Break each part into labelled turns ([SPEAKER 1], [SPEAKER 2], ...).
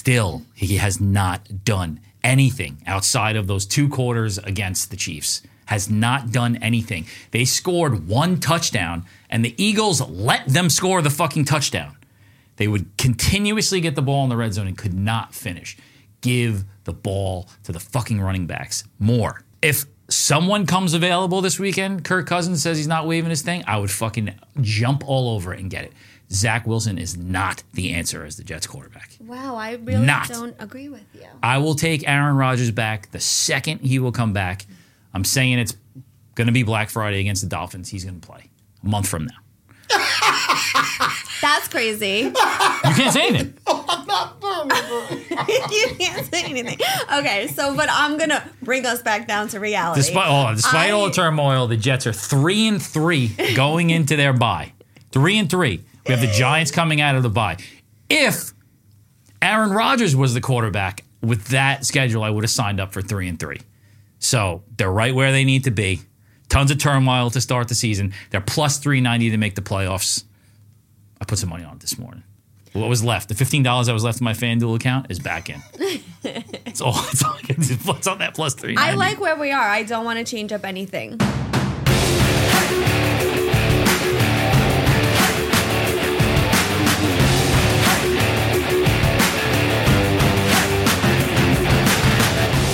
[SPEAKER 1] Still, he has not done anything outside of those two quarters against the Chiefs. Has not done anything. They scored one touchdown, and the Eagles let them score the fucking touchdown. They would continuously get the ball in the red zone and could not finish. Give the ball to the fucking running backs more. If someone comes available this weekend, Kirk Cousins says he's not waving his thing, I would fucking jump all over it and get it. Zach Wilson is not the answer as the Jets quarterback.
[SPEAKER 2] Wow, I really
[SPEAKER 1] Not.
[SPEAKER 2] don't agree with you.
[SPEAKER 1] I will take Aaron Rodgers back the second he will come back. I'm saying it's going to be Black Friday against the Dolphins. He's going to play a month from now.
[SPEAKER 2] That's crazy.
[SPEAKER 1] You can't say anything.
[SPEAKER 2] you can't say anything. Okay, so but I'm gonna bring us back down to reality.
[SPEAKER 1] Despite all, despite all
[SPEAKER 2] I-
[SPEAKER 1] the turmoil, the Jets are three and three going into their bye. Three and three. We have the Giants coming out of the bye. If Aaron Rodgers was the quarterback with that schedule, I would have signed up for three and three. So they're right where they need to be. Tons of turmoil to start the season. They're plus three ninety to make the playoffs. I put some money on it this morning. What was left? The fifteen dollars that was left in my FanDuel account is back in. it's all. It's all. It's on that plus three.
[SPEAKER 2] I like where we are. I don't want to change up anything.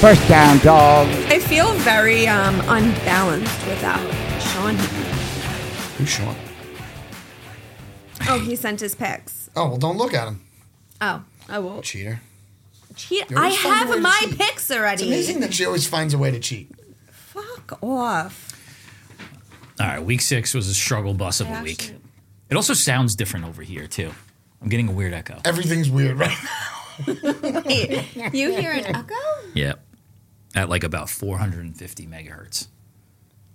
[SPEAKER 3] First down, dog.
[SPEAKER 2] I feel very um, unbalanced without Sean. here.
[SPEAKER 4] Who's Sean?
[SPEAKER 2] Oh, he sent his pics.
[SPEAKER 4] Oh well, don't look at him,
[SPEAKER 2] Oh, I will.
[SPEAKER 4] cheater.
[SPEAKER 2] Cheat.
[SPEAKER 4] You
[SPEAKER 2] I
[SPEAKER 4] always find a way
[SPEAKER 2] have
[SPEAKER 4] to
[SPEAKER 2] my
[SPEAKER 4] cheat.
[SPEAKER 2] pics
[SPEAKER 4] It's
[SPEAKER 2] already.
[SPEAKER 4] amazing that she always finds a way to cheat.
[SPEAKER 2] Fuck off.
[SPEAKER 1] All right, week six was a struggle bus of
[SPEAKER 2] I
[SPEAKER 1] a
[SPEAKER 2] actually-
[SPEAKER 1] week. It also sounds different over here too. I'm getting a weird echo.
[SPEAKER 4] Everything's weird, right?
[SPEAKER 2] Wait, you hear an echo?
[SPEAKER 1] Yeah, at like about 450 megahertz.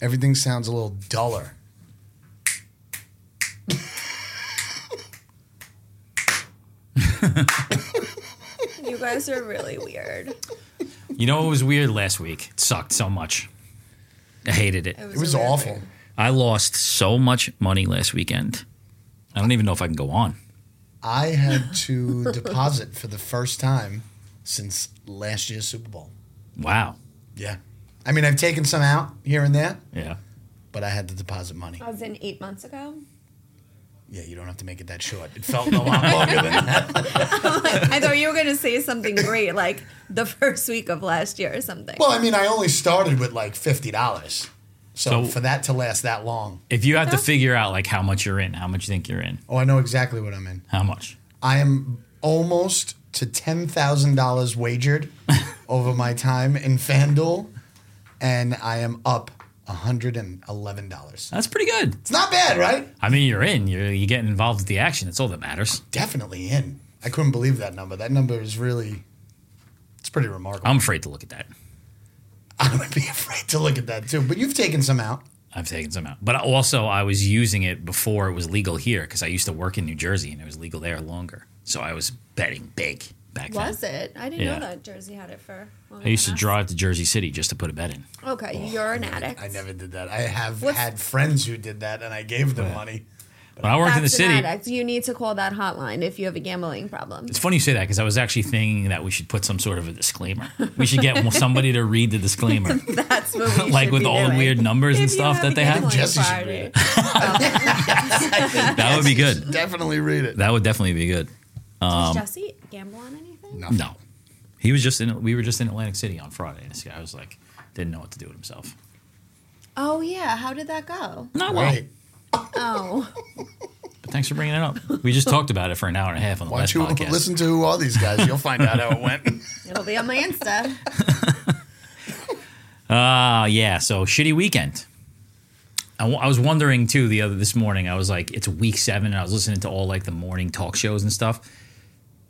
[SPEAKER 4] Everything sounds a little duller.
[SPEAKER 2] You guys are really weird.
[SPEAKER 1] You know it was weird last week. It sucked so much. I hated it.
[SPEAKER 4] It was
[SPEAKER 2] a weird
[SPEAKER 4] awful.
[SPEAKER 2] week.
[SPEAKER 1] I lost so much money last weekend. I don't even know if I can go on.
[SPEAKER 4] I had to deposit for the first time since last year's Super Bowl.
[SPEAKER 1] Wow.
[SPEAKER 4] Yeah. I mean, I've taken some out here and there,
[SPEAKER 1] Yeah.
[SPEAKER 4] but I had to deposit money.
[SPEAKER 2] I was in eight months ago.
[SPEAKER 4] Yeah, you don't have to make it that short. It felt a lot longer than that.
[SPEAKER 2] I thought you were gonna say something great, like the first week of last year or something.
[SPEAKER 4] Well, I mean, I only started with like fifty dollars,
[SPEAKER 1] So-
[SPEAKER 4] so, for that to last that long,
[SPEAKER 1] If you have to figure out like how much you're in, how much you think you're in,
[SPEAKER 4] oh, I know exactly what I'm in.
[SPEAKER 1] how much.
[SPEAKER 4] I am almost to ten thousand dollars wagered over my time in FanDuel, and I am up hundred and eleven dollars.
[SPEAKER 1] That's pretty good.
[SPEAKER 4] It's not bad, right?
[SPEAKER 1] I mean, you're in. You're you getting involved with the action. That's all that matters.
[SPEAKER 4] Definitely in. I couldn't believe that number. That number is really. It's pretty remarkable.
[SPEAKER 1] I'm afraid to look at that.
[SPEAKER 4] I would be afraid to look at that too. But you've taken some out.
[SPEAKER 1] I've taken some out. But also, I was using it before it was legal here because I used to work in New Jersey and it was legal there longer. So I was betting big back
[SPEAKER 2] was
[SPEAKER 1] then.
[SPEAKER 2] it? I didn't
[SPEAKER 1] Yeah.
[SPEAKER 2] know that Jersey had it for. longer
[SPEAKER 1] I used to
[SPEAKER 2] than us.
[SPEAKER 1] drive to Jersey City just to put a bet in.
[SPEAKER 2] Okay, you're an addict.
[SPEAKER 4] I never did that. I have
[SPEAKER 2] What's-
[SPEAKER 4] had friends who did that, and I gave them money.
[SPEAKER 1] When I worked
[SPEAKER 2] That's
[SPEAKER 1] in the city,
[SPEAKER 2] an addict. You need to call that hotline if you have a gambling problem.
[SPEAKER 1] it's funny you say that because I was actually thinking that we should put some sort of a disclaimer. we should get somebody to read the disclaimer,
[SPEAKER 2] That's what we
[SPEAKER 1] like
[SPEAKER 2] should
[SPEAKER 1] with
[SPEAKER 2] be
[SPEAKER 1] all the
[SPEAKER 2] doing.
[SPEAKER 1] weird numbers and
[SPEAKER 2] If you
[SPEAKER 1] stuff
[SPEAKER 2] a
[SPEAKER 1] that they have.
[SPEAKER 2] gambling
[SPEAKER 4] Jesse should
[SPEAKER 2] problem.
[SPEAKER 4] read it.
[SPEAKER 1] That would be good.
[SPEAKER 4] Definitely read it.
[SPEAKER 1] That would definitely be good.
[SPEAKER 2] Does Jesse gamble on anything?
[SPEAKER 1] No, he was just in. We were just in Atlantic City on Friday, and this guy was like, didn't know what to do with himself.
[SPEAKER 2] Oh yeah, how did that go?
[SPEAKER 1] Not well.
[SPEAKER 4] Right.
[SPEAKER 2] Oh,
[SPEAKER 1] But thanks for bringing it up. We just talked about it for an hour and a half on the
[SPEAKER 4] Why
[SPEAKER 1] last
[SPEAKER 4] don't you
[SPEAKER 1] podcast.
[SPEAKER 4] listen to who all these guys? You'll find out how it went.
[SPEAKER 2] it'll be on my Insta.
[SPEAKER 1] Uh, yeah, so shitty weekend. I wa- I was wondering too the other this morning. I was like, it's week seven, and I was listening to all like the morning talk shows and stuff.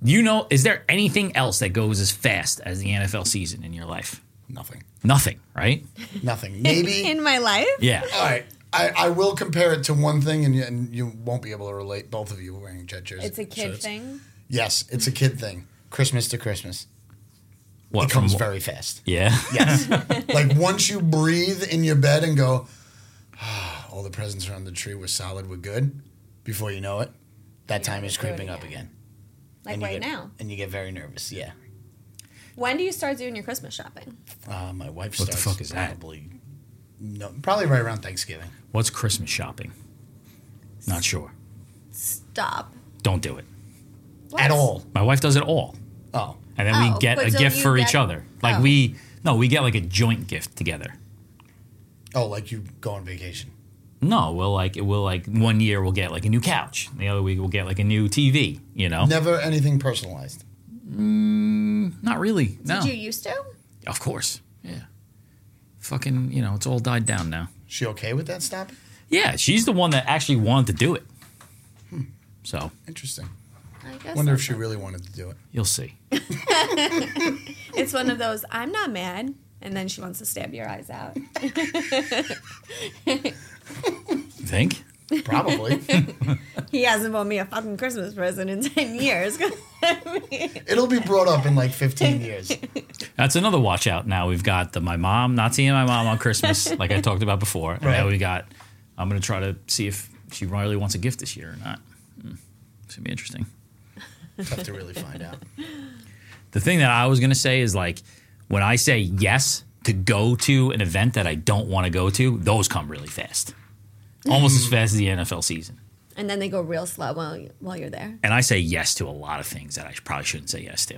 [SPEAKER 1] You know, is there anything else that goes as fast as the NFL season in your life?
[SPEAKER 4] Nothing.
[SPEAKER 1] Nothing, right?
[SPEAKER 4] Nothing. Maybe.
[SPEAKER 2] in my life.
[SPEAKER 1] Yeah.
[SPEAKER 4] all right. I, I will compare it to one thing, and you, and you won't be able to relate. Both of you were wearing jet jerseys.
[SPEAKER 2] It's a kid
[SPEAKER 4] shirts.
[SPEAKER 2] thing.
[SPEAKER 4] Yes, it's a kid thing. Christmas to Christmas.
[SPEAKER 1] What
[SPEAKER 4] it comes
[SPEAKER 1] wh-
[SPEAKER 4] very fast.
[SPEAKER 1] Yeah.
[SPEAKER 4] Yes. like once you breathe in your bed and go, "Ah, all the presents around the tree were solid, were good, before you know it, that time is creeping up again.
[SPEAKER 2] Like
[SPEAKER 4] and you
[SPEAKER 2] right
[SPEAKER 4] get-
[SPEAKER 2] now.
[SPEAKER 4] And you get very nervous. Yeah.
[SPEAKER 2] When do you start doing your Christmas shopping?
[SPEAKER 4] Uh, my wife
[SPEAKER 1] What the
[SPEAKER 4] starts
[SPEAKER 1] fuck is that?
[SPEAKER 4] probably, No, probably right around Thanksgiving.
[SPEAKER 1] What's Christmas shopping? Not sure.
[SPEAKER 2] Stop.
[SPEAKER 1] Don't do it.
[SPEAKER 2] What?
[SPEAKER 4] At all.
[SPEAKER 1] My wife does it all.
[SPEAKER 4] Oh.
[SPEAKER 1] And then
[SPEAKER 2] Oh,
[SPEAKER 1] we get
[SPEAKER 2] but
[SPEAKER 1] a
[SPEAKER 2] don't
[SPEAKER 1] gift
[SPEAKER 2] you
[SPEAKER 1] for
[SPEAKER 2] get-
[SPEAKER 1] each other. Like
[SPEAKER 2] Oh.
[SPEAKER 1] we no, we get like a joint gift together.
[SPEAKER 4] Oh, like you go on vacation.
[SPEAKER 1] No, we'll like we'll like one year we'll get like a new couch. The other week we'll get like a new TV, you know?
[SPEAKER 4] Never anything personalized.
[SPEAKER 1] Not really. No.
[SPEAKER 2] Did you used to?
[SPEAKER 1] Of course. Yeah. Fucking, you know, it's all died down now.
[SPEAKER 4] She okay with that stop?
[SPEAKER 1] Yeah, she's the one that actually wanted to do it. So
[SPEAKER 4] Interesting.
[SPEAKER 2] I guess.
[SPEAKER 4] Wonder if
[SPEAKER 2] that's
[SPEAKER 4] she
[SPEAKER 2] it.
[SPEAKER 4] really wanted to do it.
[SPEAKER 1] you'll see.
[SPEAKER 2] It's one of those. I'm not mad, and then she wants to stab your eyes out.
[SPEAKER 1] Think?
[SPEAKER 4] Probably.
[SPEAKER 2] He hasn't bought me a fucking Christmas present in ten years.
[SPEAKER 4] It'll be brought up in like 15 years.
[SPEAKER 1] That's another watch out. Now we've got the my mom not seeing my mom on Christmas, like I talked about before. And now
[SPEAKER 4] Right.
[SPEAKER 1] we got I'm gonna try to see if she really wants a gift this year or not. Hmm. It's gonna be interesting.
[SPEAKER 4] Tough to really find out.
[SPEAKER 1] The thing that I was gonna say is like when I say yes to go to an event that I don't want to go to, those come really fast, almost as fast as the NFL season.
[SPEAKER 2] and then they go real slow while you- while you're there.
[SPEAKER 1] And I say yes to a lot of things that I probably shouldn't say yes to.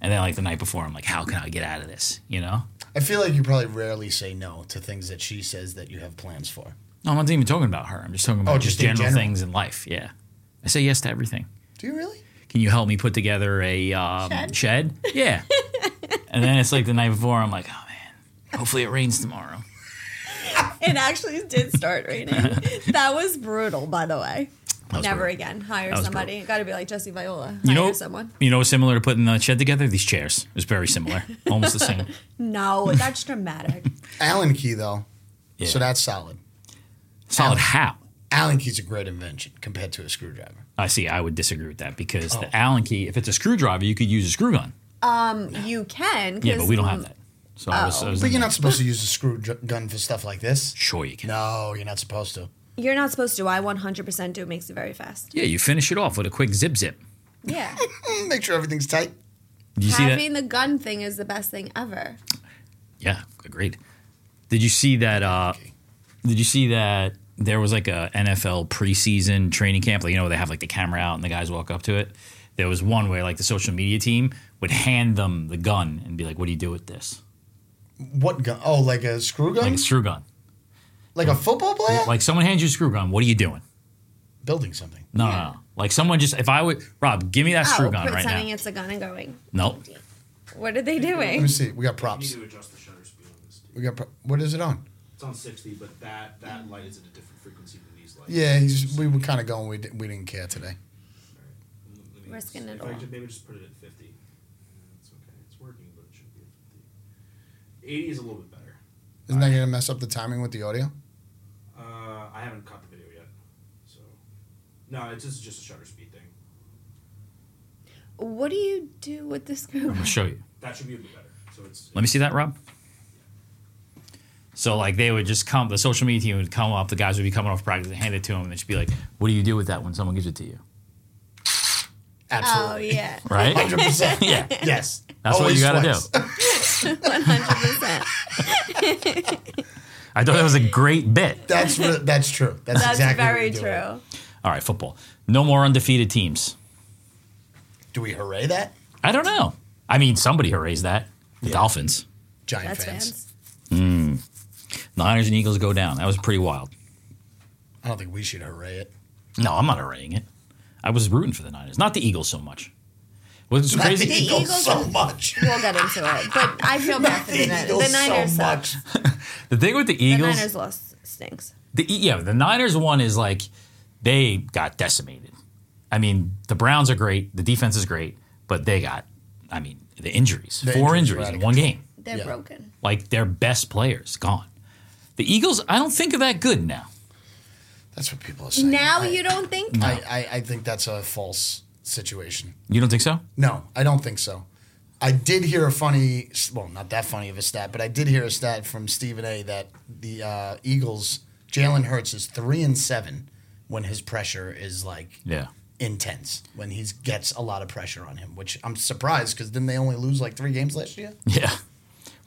[SPEAKER 1] And then like the night before, I'm like, how can I get out of this? You know?
[SPEAKER 4] I feel like you probably rarely say no to things that she says that you have plans for.
[SPEAKER 1] No, I'm not even talking about her. I'm just talking about
[SPEAKER 4] Oh,
[SPEAKER 1] just,
[SPEAKER 4] just in
[SPEAKER 1] general,
[SPEAKER 4] general.
[SPEAKER 1] things in life. Yeah. I say yes to everything.
[SPEAKER 4] Do you really?
[SPEAKER 1] Can you help me put together a um,
[SPEAKER 2] Shed?
[SPEAKER 1] shed? Yeah. and then it's like the night before, I'm like, oh man, hopefully it rains tomorrow.
[SPEAKER 2] It actually did start raining. that was brutal, by the way.
[SPEAKER 1] That was
[SPEAKER 2] Never
[SPEAKER 1] brutal.
[SPEAKER 2] again. Hire
[SPEAKER 1] That was
[SPEAKER 2] somebody. Got to be like Jesse Viola. Hire
[SPEAKER 1] You know,
[SPEAKER 2] someone.
[SPEAKER 1] you know, what's similar to putting the shed together. These chairs is very similar, almost the same.
[SPEAKER 2] No, that's dramatic.
[SPEAKER 4] Allen key though.
[SPEAKER 1] Yeah.
[SPEAKER 4] So that's solid.
[SPEAKER 1] Solid how?
[SPEAKER 4] Allen key's a great invention compared to a screwdriver.
[SPEAKER 1] I see. I would disagree with that because the Allen key, if it's a screwdriver, you could use a screw gun.
[SPEAKER 2] You can.
[SPEAKER 1] Yeah, but
[SPEAKER 2] 'cause,
[SPEAKER 1] we don't have
[SPEAKER 2] um,
[SPEAKER 1] that. So I was, I was
[SPEAKER 4] But you're
[SPEAKER 1] thinking,
[SPEAKER 4] not supposed to use a screw dr- gun for stuff like this.
[SPEAKER 1] sure you can.
[SPEAKER 4] No, you're not supposed to.
[SPEAKER 2] You're not supposed to. I 100% do. It makes it very fast.
[SPEAKER 1] Yeah, you finish it off with a quick zip zip.
[SPEAKER 2] Yeah.
[SPEAKER 4] Mm, Make sure everything's tight.
[SPEAKER 1] Did you see that?
[SPEAKER 2] Having the gun thing is the best thing ever.
[SPEAKER 1] Yeah, agreed. Did you see that? Uh, did you see that there was like a NFL preseason training camp? Like you know, they have like the camera out and the guys walk up to it. There was one where like the social media team would hand them the gun and be like, "What do you do with this?"
[SPEAKER 4] What gun? Oh, like a screw gun?
[SPEAKER 1] Like
[SPEAKER 4] Like
[SPEAKER 1] a
[SPEAKER 4] a,
[SPEAKER 1] screw gun.
[SPEAKER 4] football player?
[SPEAKER 1] Like someone hands you a screw gun. What are you doing?
[SPEAKER 4] Building something.
[SPEAKER 1] No, no, no. Like someone just if I would Rob, give
[SPEAKER 2] Oh,
[SPEAKER 1] me that screw gun right
[SPEAKER 2] pretending
[SPEAKER 1] now.
[SPEAKER 2] it's a gun and going.
[SPEAKER 1] Nope.
[SPEAKER 2] What are they
[SPEAKER 4] Let me
[SPEAKER 2] doing?
[SPEAKER 4] see. We got
[SPEAKER 5] You
[SPEAKER 4] props.
[SPEAKER 5] need to adjust the shutter speed on this. Too.
[SPEAKER 4] We got pro- what is it on?
[SPEAKER 5] It's on 60, but that that
[SPEAKER 2] Mm.
[SPEAKER 5] light is at a different frequency than these lights.
[SPEAKER 4] Yeah, he's, we were kind of going. We, di- we didn't care today.
[SPEAKER 5] Let me-
[SPEAKER 2] Risking it
[SPEAKER 5] if I
[SPEAKER 2] all.
[SPEAKER 5] could maybe just put it at 50. Yeah, It's okay. It's working, but it should be at 50. 80 is a little bit better.
[SPEAKER 4] Isn't that going to mess up the timing with the audio?
[SPEAKER 5] Uh, I haven't caught the video yet, so no, it's just just a shutter speed thing.
[SPEAKER 2] What do you do with the screw?
[SPEAKER 1] I'll show you.
[SPEAKER 5] That should be a bit better. So it's
[SPEAKER 1] Let me see that, Rob. So like they would just come, the social media team would come up, the guys would be coming off practice and hand it to them, and they'd just be like, "What do you do with that when someone gives it to you?"
[SPEAKER 2] Oh,
[SPEAKER 4] Absolutely.
[SPEAKER 2] yeah.
[SPEAKER 1] Right?
[SPEAKER 4] Hundred percent.
[SPEAKER 1] yeah,
[SPEAKER 4] Yes.
[SPEAKER 1] that's what you got to
[SPEAKER 4] Always
[SPEAKER 1] do.
[SPEAKER 4] twice.
[SPEAKER 2] 100%.
[SPEAKER 1] I thought that was a great bit.
[SPEAKER 4] That's re- that's true. That's,
[SPEAKER 2] That's
[SPEAKER 4] exactly
[SPEAKER 2] very
[SPEAKER 4] what we do.
[SPEAKER 2] true.
[SPEAKER 1] All right, football. No more undefeated teams.
[SPEAKER 4] Do we hooray that?
[SPEAKER 1] I don't know. I mean, somebody raised that. The Dolphins,
[SPEAKER 4] Giant
[SPEAKER 2] That's
[SPEAKER 4] fans.
[SPEAKER 2] fans.
[SPEAKER 1] Niners, and Eagles go down. That was pretty wild.
[SPEAKER 4] I don't think we should hooray it.
[SPEAKER 1] No, I'm not arraying it. I was rooting for the Niners, not the Eagles so much. What's
[SPEAKER 4] Not the
[SPEAKER 1] crazy?
[SPEAKER 4] Eagles,
[SPEAKER 2] Eagles
[SPEAKER 4] so
[SPEAKER 2] are-
[SPEAKER 4] much.
[SPEAKER 2] We'll get into it. But I feel bad for the, Niners. The Niners
[SPEAKER 4] so
[SPEAKER 2] suck.
[SPEAKER 4] much.
[SPEAKER 1] The thing with the
[SPEAKER 2] The
[SPEAKER 1] Eagles,
[SPEAKER 2] Niners loss stinks.
[SPEAKER 1] the E, yeah, the Niners one is like they got decimated. I mean, the Browns are great, the defense is great, but they got, I mean, the injuries,
[SPEAKER 4] The
[SPEAKER 1] four injuries
[SPEAKER 4] injuries were out
[SPEAKER 1] in
[SPEAKER 4] of
[SPEAKER 1] one game.
[SPEAKER 2] They're
[SPEAKER 4] Yeah.
[SPEAKER 2] broken.
[SPEAKER 1] Like their best players gone. The Eagles, I don't think are that good now.
[SPEAKER 4] That's what people are saying.
[SPEAKER 2] Now
[SPEAKER 4] I,
[SPEAKER 2] you don't think
[SPEAKER 4] I, I, I think that's a false situation.
[SPEAKER 1] You don't think so?
[SPEAKER 4] No, I don't think so. I did hear a funny, well, not that funny of a stat, but I did hear a stat from Stephen A. that the uh, Eagles, Jalen Hurts is three and seven when his pressure is like
[SPEAKER 1] Yeah.
[SPEAKER 4] intense when he gets a lot of pressure on him, which I'm surprised because then they only lose like three games last year.
[SPEAKER 1] Yeah.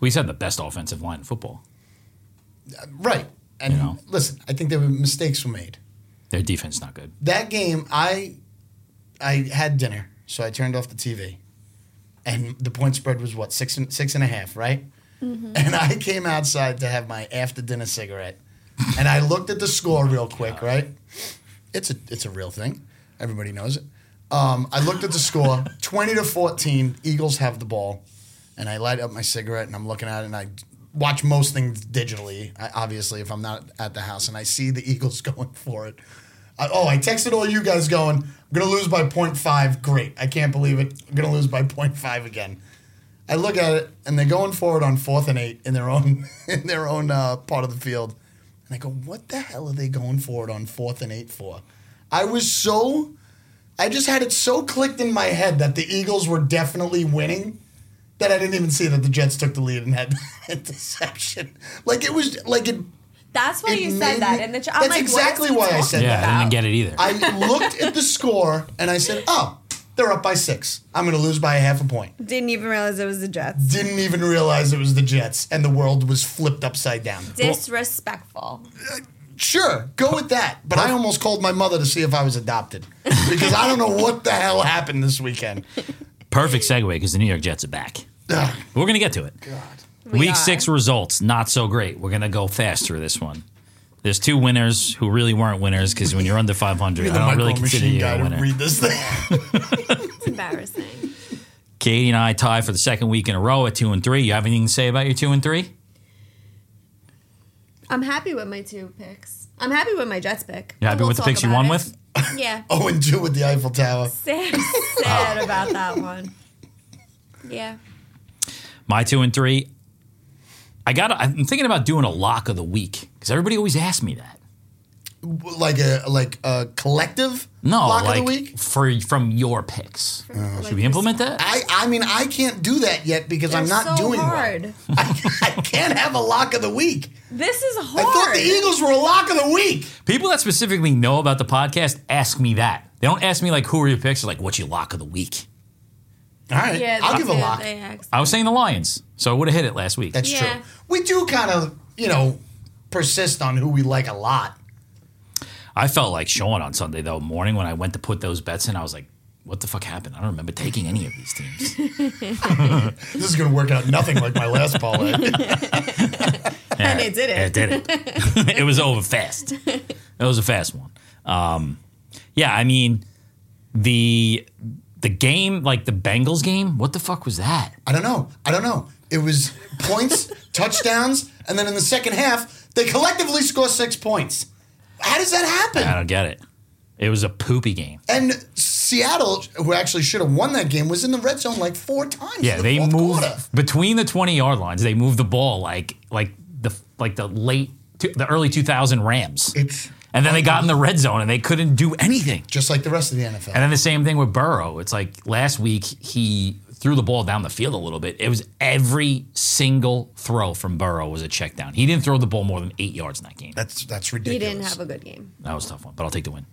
[SPEAKER 1] We just had the best offensive line in football.
[SPEAKER 4] Right. And
[SPEAKER 1] You know.
[SPEAKER 4] listen, I think there were mistakes were made.
[SPEAKER 1] Their defense is not good.
[SPEAKER 4] That game, I I had dinner, so I turned off the TV, and the point spread was what six and six and a half, right? And I came outside to have my after dinner cigarette, and I looked at the score real quick, right? It's a it's a real thing. Everybody knows it. Um, I looked at the score, twenty to fourteen. Eagles have the ball, and I light up my cigarette and I'm looking at it and I watch most things digitally. I, obviously, if I'm not at the house and I see the Eagles going for it, I, oh, I texted all you guys going, I'm gonna lose by 0.5. Great, I can't believe it. I'm gonna lose by 0.5 again. I look at it and they're going forward on fourth and eight in their own in their own uh, part of the field, and I go, what the hell are they going forward on fourth and eight for? I was so, I just had it so clicked in my head that the Eagles were definitely winning that I didn't even see that the Jets took the lead and had interception. Like it was like it.
[SPEAKER 2] That's why
[SPEAKER 4] It
[SPEAKER 2] you
[SPEAKER 4] made
[SPEAKER 2] said
[SPEAKER 4] me-
[SPEAKER 2] that in the chat. I'm
[SPEAKER 4] That's
[SPEAKER 2] like,
[SPEAKER 4] exactly
[SPEAKER 2] what
[SPEAKER 4] why
[SPEAKER 2] is
[SPEAKER 4] I
[SPEAKER 2] he
[SPEAKER 4] said
[SPEAKER 2] talking
[SPEAKER 1] Yeah, I
[SPEAKER 2] about?
[SPEAKER 1] didn't get it either.
[SPEAKER 4] I looked at the score and I said, "Oh, they're up by six. I'm going to lose by a half a point."
[SPEAKER 2] Didn't even realize it was the Jets.
[SPEAKER 4] Didn't even realize it was the Jets, and the world was flipped upside down.
[SPEAKER 2] Disrespectful.
[SPEAKER 4] Sure, go with that. But I almost called my mother to see if I was adopted because I don't know what the hell happened this weekend.
[SPEAKER 1] Perfect segue because the New York Jets are back.
[SPEAKER 4] Ugh,
[SPEAKER 1] We're gonna get to it.
[SPEAKER 4] God.
[SPEAKER 1] Week
[SPEAKER 2] are.
[SPEAKER 1] six results not so great. We're gonna go fast through this one. There's two winners who really weren't winners because when you're under 500, I
[SPEAKER 4] You're the
[SPEAKER 1] don't really
[SPEAKER 4] micro
[SPEAKER 1] consider
[SPEAKER 4] machine
[SPEAKER 1] you
[SPEAKER 4] guy
[SPEAKER 1] a
[SPEAKER 4] to
[SPEAKER 1] winner.
[SPEAKER 4] read this thing.
[SPEAKER 2] It's embarrassing.
[SPEAKER 1] Katie and I tie for the second week in a row at two and three. You have anything to say about your two and three?
[SPEAKER 2] I'm happy with my two picks. I'm happy with my Jets pick.
[SPEAKER 1] You happy
[SPEAKER 2] We'll
[SPEAKER 1] with the
[SPEAKER 2] talk
[SPEAKER 1] picks you
[SPEAKER 2] about
[SPEAKER 1] won
[SPEAKER 2] it.
[SPEAKER 1] with?
[SPEAKER 2] Yeah.
[SPEAKER 4] Oh, and two with the Eiffel Tower.
[SPEAKER 2] Sad, sad about that one. Yeah.
[SPEAKER 1] My two and three. I got. I'm thinking about doing a lock of the week because everybody always asks me that.
[SPEAKER 4] Like a like a collective
[SPEAKER 1] No,
[SPEAKER 4] lock
[SPEAKER 1] like
[SPEAKER 4] of the week.
[SPEAKER 1] for from your picks. Should
[SPEAKER 2] like
[SPEAKER 1] we implement that?
[SPEAKER 4] I, I mean I can't do that yet because I'm
[SPEAKER 2] They're
[SPEAKER 4] not
[SPEAKER 2] so
[SPEAKER 4] doing
[SPEAKER 2] hard.
[SPEAKER 4] one. I, I can't have a lock of the week.
[SPEAKER 2] This is hard.
[SPEAKER 4] I thought the Eagles were a lock of the week.
[SPEAKER 1] People that specifically know about the podcast ask me that. They don't ask me like who are your picks, they're like what's your lock of the week.
[SPEAKER 4] All right,
[SPEAKER 2] Yeah,
[SPEAKER 4] I'll
[SPEAKER 2] they
[SPEAKER 4] give a
[SPEAKER 2] do.
[SPEAKER 4] lock.
[SPEAKER 2] They ask.
[SPEAKER 1] I was saying the Lions, so I would have hit it last week.
[SPEAKER 4] That's
[SPEAKER 2] Yeah.
[SPEAKER 4] true. We do kind of you know persist on who we like a lot.
[SPEAKER 1] I felt like Sean on Sunday though morning when I went to put those bets in. I was like, what the fuck happened? I don't remember taking any of these teams.
[SPEAKER 4] This is going to work out nothing like my last parlay.
[SPEAKER 1] and
[SPEAKER 2] it didn't.
[SPEAKER 1] It did it. it was over fast. It was a fast one. Um, yeah, I mean the the game like the Bengals game. What the fuck was that?
[SPEAKER 4] I don't know. I don't know. It was points, touchdowns, and then in the second half they collectively score six points. How does that happen?
[SPEAKER 1] I don't get it. It was a poopy game.
[SPEAKER 4] And Seattle, who actually should have won that game, was in the red zone like four times. in
[SPEAKER 1] Yeah,
[SPEAKER 4] the
[SPEAKER 1] they
[SPEAKER 4] fourth
[SPEAKER 1] moved
[SPEAKER 4] quarter.
[SPEAKER 1] between the twenty yard lines. They moved the ball like like the like the late to, the early two thousand Rams.
[SPEAKER 4] It's
[SPEAKER 1] and then they got in the red zone and they couldn't do anything.
[SPEAKER 4] just like the rest of the NFL.
[SPEAKER 1] And then the same thing with Burrow. It's like last week he threw the ball down the field a little bit. It was every single throw from Burrow was a check down. He didn't throw the ball more than eight yards in that game.
[SPEAKER 4] that's that's
[SPEAKER 2] He
[SPEAKER 4] ridiculous.
[SPEAKER 2] didn't have a good game.
[SPEAKER 1] That was a tough one, but I'll take the win.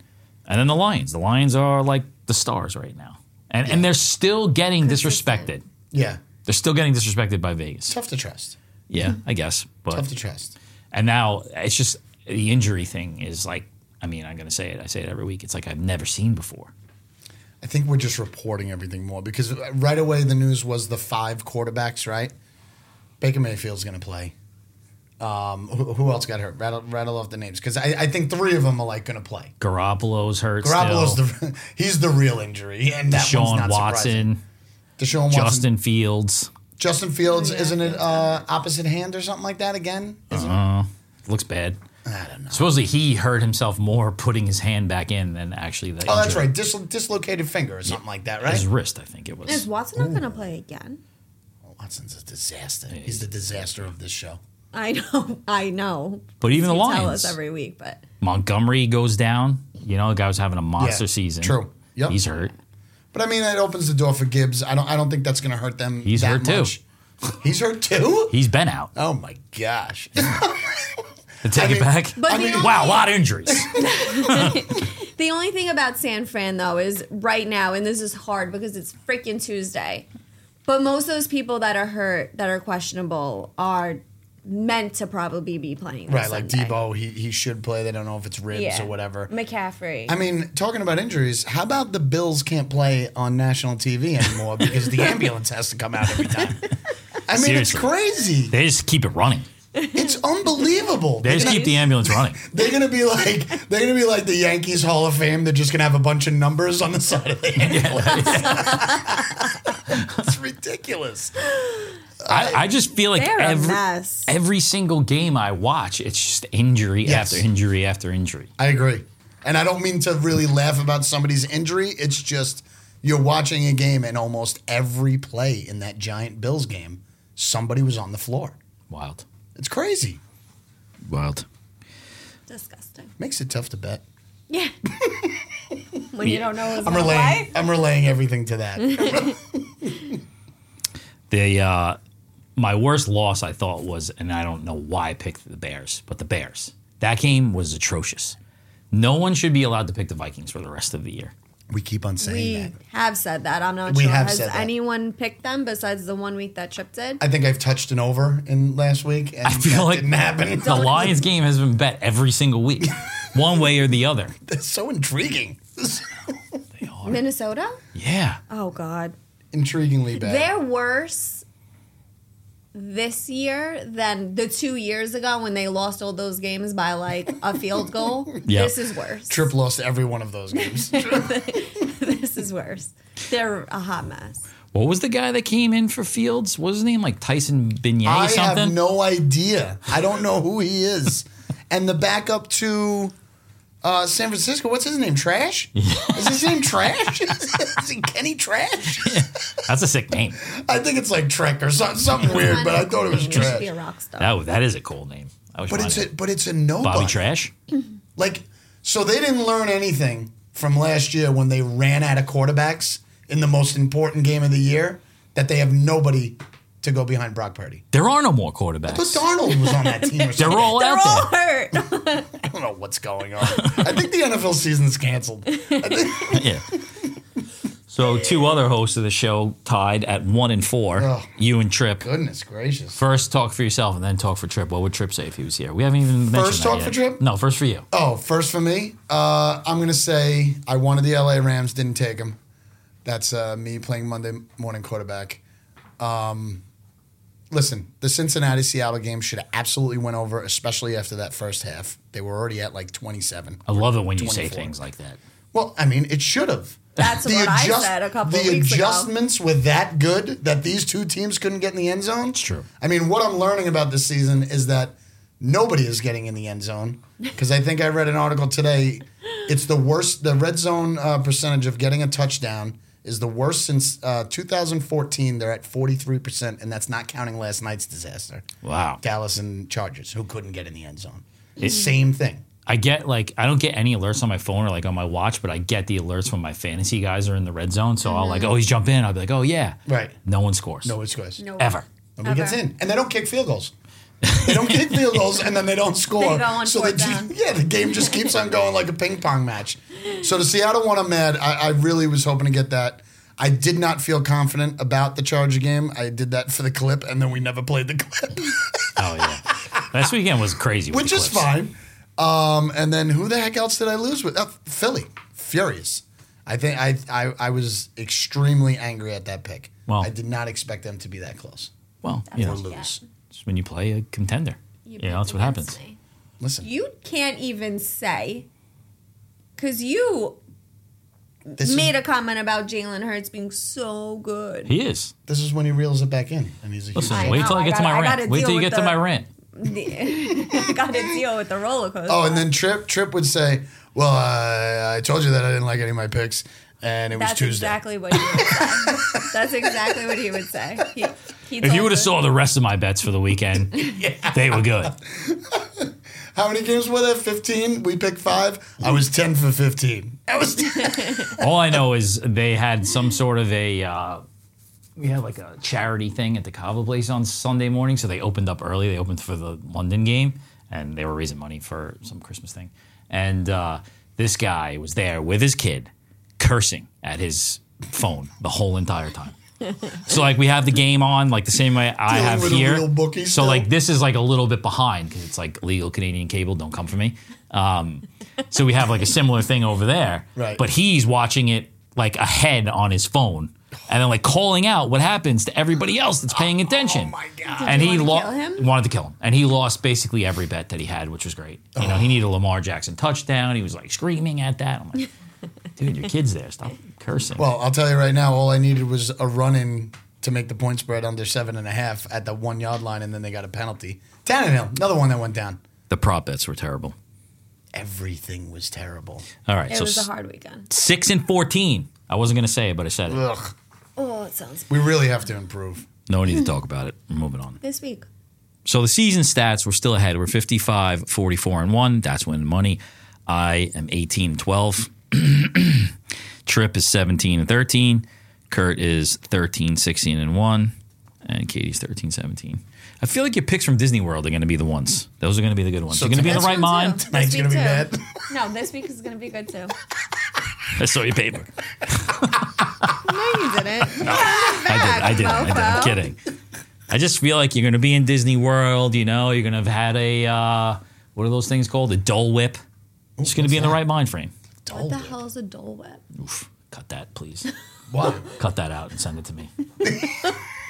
[SPEAKER 1] And then the Lions. The Lions are like the stars right now. And and they're still getting disrespected.
[SPEAKER 2] Consistent.
[SPEAKER 4] yeah,
[SPEAKER 1] They're still getting disrespected by Vegas.
[SPEAKER 4] tough to trust.
[SPEAKER 1] Yeah, I guess.
[SPEAKER 4] Tough
[SPEAKER 1] But
[SPEAKER 4] to trust.
[SPEAKER 1] and now it's just the injury thing is like I mean, I'm gonna say it. I say it every week. It's like I've never seen before.
[SPEAKER 4] I think we're just reporting everything more because right away the news was the five quarterbacks. Right, Baker Mayfield's going to play. Um, who, who else got hurt? Rattle, rattle off the names because I, I think three of them are like going to play.
[SPEAKER 1] Garoppolo's hurt.
[SPEAKER 4] Garoppolo's
[SPEAKER 1] still.
[SPEAKER 4] the he's the real injury, and that one's
[SPEAKER 1] Sean
[SPEAKER 4] not surprising.
[SPEAKER 1] Watson.
[SPEAKER 4] Deshaun Watson,
[SPEAKER 1] Justin Fields
[SPEAKER 4] Justin Fields,
[SPEAKER 2] Yeah,
[SPEAKER 4] isn't it
[SPEAKER 2] Fields
[SPEAKER 4] uh, opposite hand or something like that again? Isn't
[SPEAKER 1] Uh-huh.
[SPEAKER 4] it?
[SPEAKER 1] looks bad.
[SPEAKER 4] I don't know.
[SPEAKER 1] Supposedly he hurt himself more putting his hand back in than actually the
[SPEAKER 4] Oh, that's
[SPEAKER 1] injury.
[SPEAKER 4] right. Dis- dislocated finger or something like that,
[SPEAKER 1] His
[SPEAKER 4] right?
[SPEAKER 1] wrist, I think it was.
[SPEAKER 2] Is Watson not going to play again?
[SPEAKER 4] Watson's a disaster. He's the disaster of this show.
[SPEAKER 2] I know. I know.
[SPEAKER 1] But even the
[SPEAKER 2] You tell
[SPEAKER 1] Lions,
[SPEAKER 2] us every week, but
[SPEAKER 1] Montgomery goes down. You know, the guy was having a monster
[SPEAKER 4] Yeah,
[SPEAKER 1] season.
[SPEAKER 4] true. Yep.
[SPEAKER 1] He's hurt.
[SPEAKER 4] But I mean, that opens the door for Gibbs. I don't. I don't think that's going to hurt them.
[SPEAKER 1] He's
[SPEAKER 4] that
[SPEAKER 1] hurt, too.
[SPEAKER 4] much. He's hurt too.
[SPEAKER 1] He's been out.
[SPEAKER 4] Oh my gosh!
[SPEAKER 1] To take
[SPEAKER 4] I mean-
[SPEAKER 1] it back.
[SPEAKER 2] But I the mean- only-
[SPEAKER 1] wow, a lot of injuries.
[SPEAKER 2] The only thing about San Fran though is right now, and this is hard because it's freaking Tuesday. But most of those people that are hurt that are questionable are meant to probably be playing. this
[SPEAKER 4] Right, like
[SPEAKER 2] Sunday.
[SPEAKER 4] Debo, he, he should play. They don't know if it's ribs
[SPEAKER 2] Yeah.
[SPEAKER 4] or whatever.
[SPEAKER 2] McCaffrey.
[SPEAKER 4] I mean, talking about injuries, how about the Bills can't play on national TV anymore because the ambulance has to come out every time? I mean,
[SPEAKER 1] Seriously.
[SPEAKER 4] it's crazy.
[SPEAKER 1] They just keep it running.
[SPEAKER 4] It's unbelievable.
[SPEAKER 1] They just keep the ambulance running.
[SPEAKER 4] They're gonna be like they're gonna be like the Yankees Hall of Fame. They're just gonna have a bunch of numbers on the side of the ambulance. it's ridiculous.
[SPEAKER 1] I, I just feel like
[SPEAKER 2] They're a
[SPEAKER 1] every,
[SPEAKER 2] mess.
[SPEAKER 1] every single game I watch, it's just injury
[SPEAKER 4] Yes.
[SPEAKER 1] after injury after injury.
[SPEAKER 4] I agree, and I don't mean to really laugh about somebody's injury. It's just you're watching a game, and almost every play in that giant Bills game, somebody was on the floor.
[SPEAKER 1] Wild.
[SPEAKER 4] It's crazy.
[SPEAKER 1] Wild.
[SPEAKER 2] Disgusting.
[SPEAKER 4] Makes it tough to bet.
[SPEAKER 2] Yeah. when you don't know what's
[SPEAKER 4] I'm
[SPEAKER 2] gonna
[SPEAKER 4] relaying.
[SPEAKER 2] play.
[SPEAKER 4] I'm relaying everything to that.
[SPEAKER 1] The uh, my worst loss I thought was, and I don't know why I picked the Bears, but the Bears. That game was atrocious. No one should be allowed to pick the Vikings for the rest of the year.
[SPEAKER 4] we keep on saying
[SPEAKER 2] We
[SPEAKER 4] that.
[SPEAKER 2] have said that. I'm not
[SPEAKER 4] We
[SPEAKER 2] sure.
[SPEAKER 4] have
[SPEAKER 2] Has
[SPEAKER 4] said that.
[SPEAKER 2] anyone picked them besides the one week that Chip did?
[SPEAKER 4] I think I've touched an over in last week, and
[SPEAKER 1] I feel
[SPEAKER 4] that
[SPEAKER 1] like
[SPEAKER 4] didn't happen.
[SPEAKER 1] the Lions game has been bet every single week, one way or the other.
[SPEAKER 4] That's so intriguing.
[SPEAKER 2] Minnesota?
[SPEAKER 1] Yeah.
[SPEAKER 2] Oh God.
[SPEAKER 4] Intriguingly bad.
[SPEAKER 2] They're worse this year than the two years ago when they lost all those games by like a field goal.
[SPEAKER 1] Yeah.
[SPEAKER 2] This is worse.
[SPEAKER 4] Trip lost every one of those games.
[SPEAKER 2] This is worse. They're a hot mess.
[SPEAKER 1] What was the guy that came in for Fields? What was his name? Like Tyson Beignet or
[SPEAKER 4] I
[SPEAKER 1] something?
[SPEAKER 4] have no idea. I don't know who he is. And the backup to uh, San Francisco, what's his name? Trash? Is his name Trash? is it Kenny Trash?
[SPEAKER 1] That's a sick name.
[SPEAKER 4] I think it's like Trek or something, something weird, but I thought it was
[SPEAKER 2] They should be
[SPEAKER 4] Trash.
[SPEAKER 2] a rock star.
[SPEAKER 1] That, that is a cool name. I wish
[SPEAKER 4] But
[SPEAKER 1] mine
[SPEAKER 4] it's
[SPEAKER 1] had-
[SPEAKER 4] a but it's a no
[SPEAKER 1] Bobby Trash.
[SPEAKER 4] Like, so they didn't learn anything from last year when they ran out of quarterbacks in the most important game of the year that they have nobody to go behind Brock Purdy.
[SPEAKER 1] There are no more
[SPEAKER 4] But
[SPEAKER 1] quarterbacks.
[SPEAKER 4] Darnold was on that team or
[SPEAKER 1] They're
[SPEAKER 4] something.
[SPEAKER 1] all
[SPEAKER 2] They're
[SPEAKER 1] out
[SPEAKER 2] all
[SPEAKER 1] there.
[SPEAKER 2] hurt.
[SPEAKER 4] I don't know what's going on. I think the NFL season's canceled.
[SPEAKER 1] yeah. So two other hosts of the show tied at one and four.
[SPEAKER 4] Oh.
[SPEAKER 1] You and Trip.
[SPEAKER 4] Goodness gracious.
[SPEAKER 1] First, talk for yourself, and then talk for Trip. What would Trip say if he was here? We haven't even mentioned
[SPEAKER 4] First
[SPEAKER 1] that
[SPEAKER 4] talk
[SPEAKER 1] yet.
[SPEAKER 4] for Trip?
[SPEAKER 1] No, first for you.
[SPEAKER 4] Oh, first for me, uh, I'm going to say I wanted the LA Rams, didn't take them. That's uh, me playing Monday morning quarterback. Um, listen, the Cincinnati Seattle game should have absolutely went over, especially after that first half. They were already at like 27.
[SPEAKER 1] I love it when you say
[SPEAKER 4] 24.
[SPEAKER 1] things like that.
[SPEAKER 4] Well, I mean, it should have.
[SPEAKER 2] That's what I
[SPEAKER 4] adjust-
[SPEAKER 2] said a couple
[SPEAKER 4] the
[SPEAKER 2] weeks ago.
[SPEAKER 4] adjustments were that good that these two teams couldn't get in the end zone. It's
[SPEAKER 1] true.
[SPEAKER 4] I mean, what I'm learning about this season is that nobody is getting in the end zone because I think I read an article today. It's the worst. The red zone uh, percentage of getting a touchdown is the worst since uh, 2014. They're at 43 percent, and that's not counting last night's disaster.
[SPEAKER 1] Wow.
[SPEAKER 4] Dallas and Chargers, who couldn't get in the end zone. Same thing.
[SPEAKER 1] I get like I don't get any alerts on my phone or like on my watch, but I get the alerts when my fantasy guys are in the red zone. So I'll like always jump in. I'll be like, oh yeah,
[SPEAKER 4] Mm-hmm. Right.
[SPEAKER 1] No one scores.
[SPEAKER 4] No excuse.
[SPEAKER 2] No.
[SPEAKER 1] ever.
[SPEAKER 4] Nobody gets
[SPEAKER 2] Ever.
[SPEAKER 4] in, and they don't kick field goals. They don't kick field goals, and then they don't score.
[SPEAKER 2] They go on
[SPEAKER 4] so
[SPEAKER 2] fourth
[SPEAKER 4] the,
[SPEAKER 2] down.
[SPEAKER 4] yeah, the game just keeps on going like a ping pong match. So the Seattle one, I'm mad. I, I really was hoping to get that. I did not feel confident about the Charger game. I did that for the clip, and then we never played the clip,
[SPEAKER 1] Oh yeah. Last weekend was crazy. with
[SPEAKER 4] which
[SPEAKER 1] the
[SPEAKER 4] is
[SPEAKER 1] Clips.
[SPEAKER 4] fine. Um, and then who the heck else did I lose with? Uh, Philly, furious. I think I, I I was extremely angry at that pick.
[SPEAKER 1] Wow.
[SPEAKER 4] I did not expect them to be that close
[SPEAKER 1] Well, you
[SPEAKER 4] or
[SPEAKER 1] know,
[SPEAKER 4] lose.
[SPEAKER 1] it's when you play a contender, you, know, that's what happens.
[SPEAKER 4] Listen,
[SPEAKER 2] You can't even say because you
[SPEAKER 4] this is-
[SPEAKER 2] made a comment about Jalen Hurts being so good.
[SPEAKER 1] He is.
[SPEAKER 4] This is when he reels it back in, and he's a huge.
[SPEAKER 1] Listen,
[SPEAKER 2] I
[SPEAKER 1] wait
[SPEAKER 2] know,
[SPEAKER 1] till I
[SPEAKER 2] I
[SPEAKER 1] get to
[SPEAKER 2] gotta-
[SPEAKER 1] my
[SPEAKER 2] I
[SPEAKER 1] rant.
[SPEAKER 2] gotta
[SPEAKER 1] Wait till
[SPEAKER 2] deal
[SPEAKER 1] you
[SPEAKER 2] with
[SPEAKER 1] get to
[SPEAKER 2] the-
[SPEAKER 1] my rant.
[SPEAKER 2] Got to deal with the roller coaster.
[SPEAKER 4] Oh, and then Trip Trip would say, "Well, I I told you that I didn't like any of my picks, and it was
[SPEAKER 2] That's
[SPEAKER 4] Tuesday."
[SPEAKER 2] exactly what he would say. That's exactly what he would say. He, he
[SPEAKER 1] If
[SPEAKER 2] told
[SPEAKER 1] you would have
[SPEAKER 2] us-
[SPEAKER 1] saw the rest of my bets for the weekend, they were good.
[SPEAKER 4] How many games were there? Fifteen. We picked five. I was ten for fifteen. I was.
[SPEAKER 1] All I know is they had some sort of a uh, we had like a charity thing at the Cava place on Sunday morning, so they opened up early. They opened for the London game, and they were raising money for some Christmas thing. And uh, This guy was there with his kid, cursing at his phone the whole entire time. so like we have the game on like the same way I
[SPEAKER 4] Dealing
[SPEAKER 1] have
[SPEAKER 4] with a
[SPEAKER 1] here.
[SPEAKER 4] real bookie
[SPEAKER 1] so
[SPEAKER 4] still.
[SPEAKER 1] like this is like a little bit behind because it's like legal Canadian cable. Don't come for me. Um, so we have like a similar thing over there,
[SPEAKER 4] Right.
[SPEAKER 1] But he's watching it like ahead on his phone. And then, like calling out what happens to everybody else that's paying attention. Oh my god! And
[SPEAKER 2] you
[SPEAKER 1] he
[SPEAKER 2] wanna
[SPEAKER 1] lo-
[SPEAKER 2] kill him?
[SPEAKER 1] wanted to kill him, and he lost basically every bet that he had, which was great. You know, he needed a Lamar Jackson touchdown. He was like screaming at that. I'm like, dude, your kid's there. Stop cursing.
[SPEAKER 4] Well, I'll tell you right now, all I needed was a run in to make the point spread under seven and a half at the one yard line, and then they got a penalty. Tannehill, another one that went down.
[SPEAKER 1] the prop bets were terrible.
[SPEAKER 4] Everything was terrible.
[SPEAKER 1] All right,
[SPEAKER 2] It
[SPEAKER 1] so
[SPEAKER 2] was a
[SPEAKER 1] s-
[SPEAKER 2] hard weekend.
[SPEAKER 1] six and fourteen. I wasn't gonna say it, but I said it.
[SPEAKER 4] Ugh.
[SPEAKER 2] Oh, it sounds
[SPEAKER 4] We really have to improve.
[SPEAKER 1] No need to talk about it. We're moving on.
[SPEAKER 2] this week.
[SPEAKER 1] So the season stats were still ahead. We're 55, 44, and 1. That's winning money. I am 18 and 12. Trip is 17 and 13. Kurt is 13, 16, and 1. And Katie's 13, 17. I feel like your picks from Disney World are going to be the ones. Those are going to be the good ones.
[SPEAKER 4] So
[SPEAKER 1] You're going to be in the
[SPEAKER 2] This
[SPEAKER 1] right
[SPEAKER 2] one, too.
[SPEAKER 1] mind.
[SPEAKER 2] This
[SPEAKER 4] Tonight's gonna
[SPEAKER 2] week,
[SPEAKER 4] be
[SPEAKER 2] too.
[SPEAKER 4] bad.
[SPEAKER 2] No, this week is gonna be good too.
[SPEAKER 1] I saw your paper.
[SPEAKER 2] No, you didn't.
[SPEAKER 1] I did. I did. I did. I'm kidding. I just feel like you're going to be in Disney World. You know, you're going to have had a uh, what are those things called? A Dole Whip. It's going to be in the right mind frame.
[SPEAKER 2] What the hell is a Dole Whip?
[SPEAKER 1] Oof. Cut that, please.
[SPEAKER 4] Why?
[SPEAKER 1] Cut that out and send it to me.